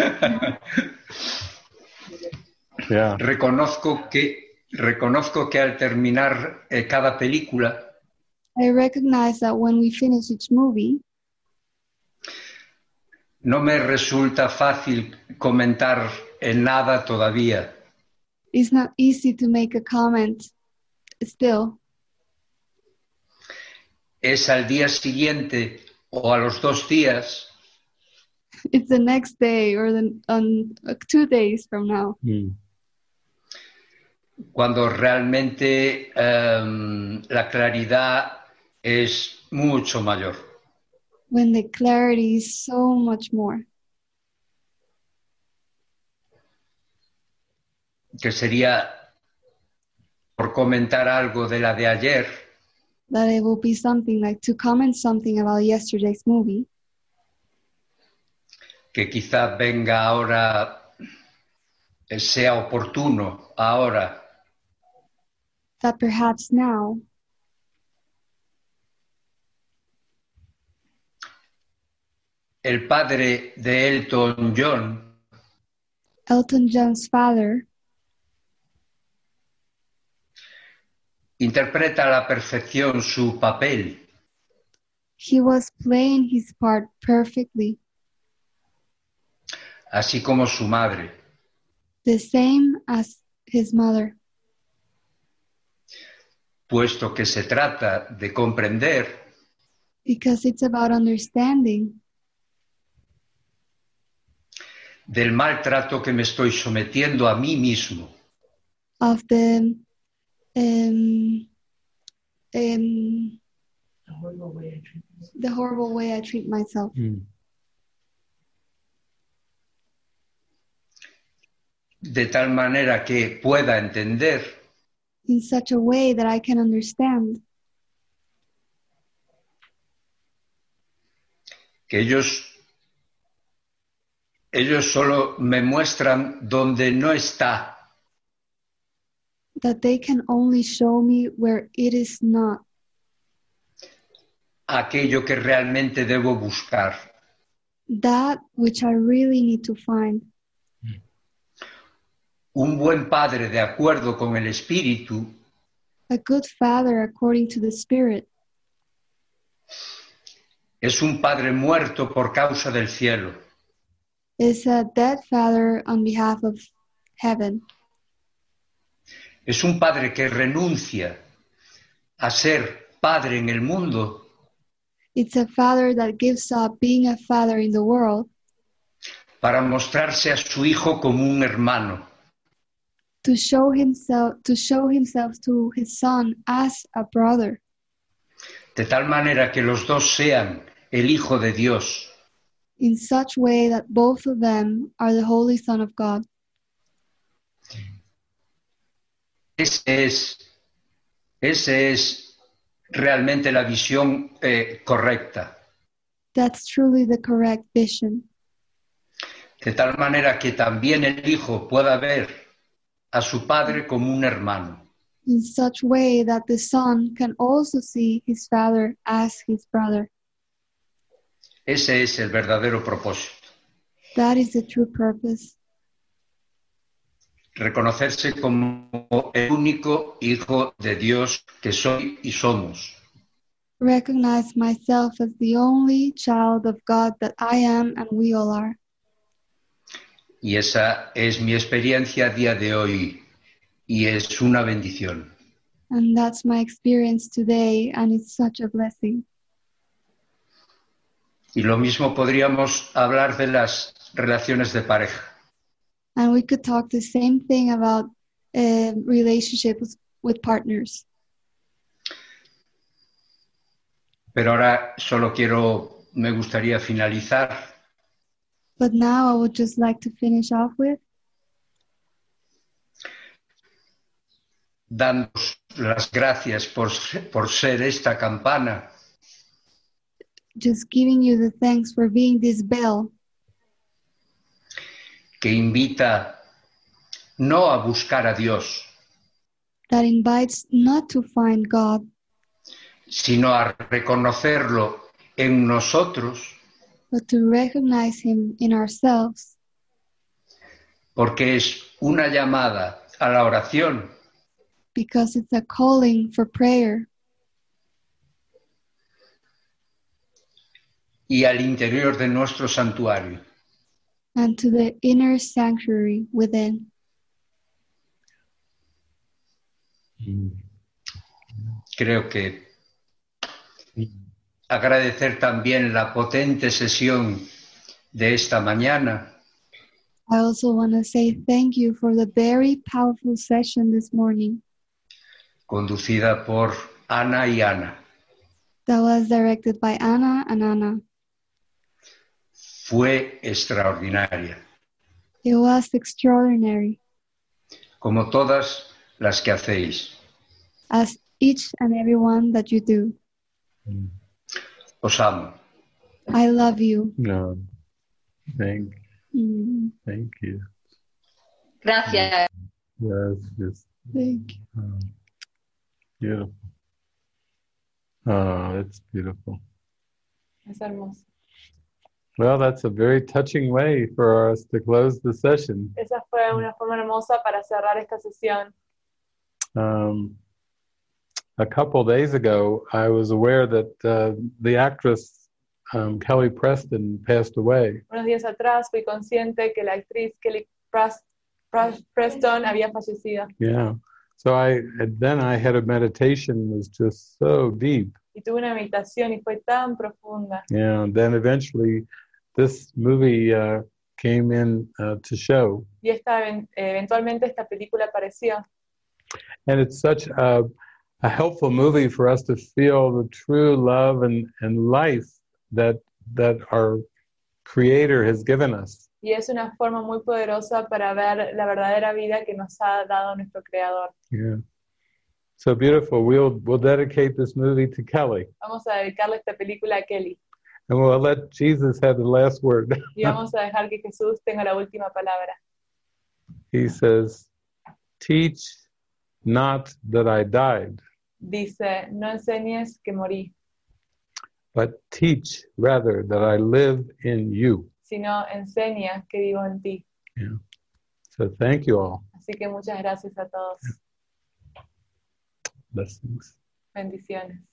Yeah. Reconozco que, reconozco que al terminar eh, cada película I recognize that when we finish each movie, no me resulta fácil comentar en nada todavía, it's not easy to make a comment still *laughs* es al día siguiente o a los dos días it's the next day or the on uh, two days from now Mm. cuando realmente em, la claridad es mucho mayor. when the clarity is so much more. Que sería, por comentar algo de la de ayer, That it will be something like to comment something about yesterday's movie que quizás venga ahora, eh, sea oportuno ahora, that perhaps now el padre de Elton John Elton John's father interpreta a la perfección su papel he was playing his part perfectly, así como su madre. the same as his mother, puesto que se trata de comprender because it's about understanding del maltrato que me estoy sometiendo a mí mismo. of the um, um, the horrible way I treat myself. de tal manera que pueda entender in such a way that I can understand que ellos ellos solo me muestran donde no está that they can only show me where it is not, aquello que realmente debo buscar, that which I really need to find. un buen padre de acuerdo con el espíritu A good father, according to the Spirit, es un padre muerto por causa del cielo is a dead father on behalf of heaven, es un padre que renuncia a ser padre en el mundo it's a father that gives up being a father in the world para mostrarse a su hijo como un hermano, to show himself to show himself to his son as a brother de tal manera que los dos sean el hijo de Dios, in such way that both of them are the holy son of god Ese es, ese es realmente la visión eh, correcta. that's truly the correct vision De tal manera que también el hijo pueda ver a su padre como un hermano. in such way that the son can also see his father as his brother. Ese es el verdadero propósito. That is the true purpose Reconocerse como el único hijo de Dios que soy y somos. recognize myself as the only child of God that I am and we all are. Y esa es mi experiencia a día de hoy y es una bendición. And that's my experience today, and it's such a blessing. Y lo mismo podríamos hablar de las relaciones de pareja. And we could talk the same thing about um relationships with partners. Pero ahora solo quiero, me gustaría finalizar But now I would just like to finish off with dando las gracias por, por ser esta campana just giving you the thanks for being this bell que invita no a buscar a Dios, that invites not to find God, sino a reconocerlo en nosotros, but to recognize Him in ourselves. porque es una llamada a la oración because it's a calling for prayer y al interior de nuestro santuario. and to the inner sanctuary within. creo que agradecer también la potente sesión de esta mañana I also want to say thank you for the very powerful session this morning conducida por Ana y Ana. that was directed by Anna and Anna. Fue extraordinaria, It was extraordinary, como todas las que hacéis. as each and every one that you do. Os amo. I love you. No. Thank, Mm, thank you. Gracias. Yes, yes. thank you. Oh, beautiful. Oh, that's beautiful. Es hermoso. Well, that's a very touching way for us to close the session. Esa fue una forma hermosa para cerrar esta sesión. Um, a couple days ago, I was aware that uh, the actress um, Kelly Preston passed away. Unos días atrás fui consciente que la actriz Kelly Pras- Pras- Preston había fallecido. Yeah. So I and then I had a meditation was just so deep. Y tuve una meditación y fue tan profunda. Yeah. And then eventually, this movie uh, came in uh, to show, Y esta, even- eventualmente esta película apareció. and it's such a, a helpful movie for us to feel the true love and, and life that that our Creator has given us. Y es una forma muy poderosa para ver la verdadera vida que nos ha dado nuestro Creador. Yeah. So beautiful. We'll we'll dedicate this movie to Kelly, Vamos a dedicarle esta película a Kelly. and we'll let Jesus have the last word. *laughs* Y vamos a dejar que Jesús tenga la última palabra. he says, "Teach not that I died, Dice, no enseñes que morí, but teach rather that I live in you." sino enseña que vivo en ti. So thank you all. Así que muchas gracias a todos. Blessings. Bendiciones.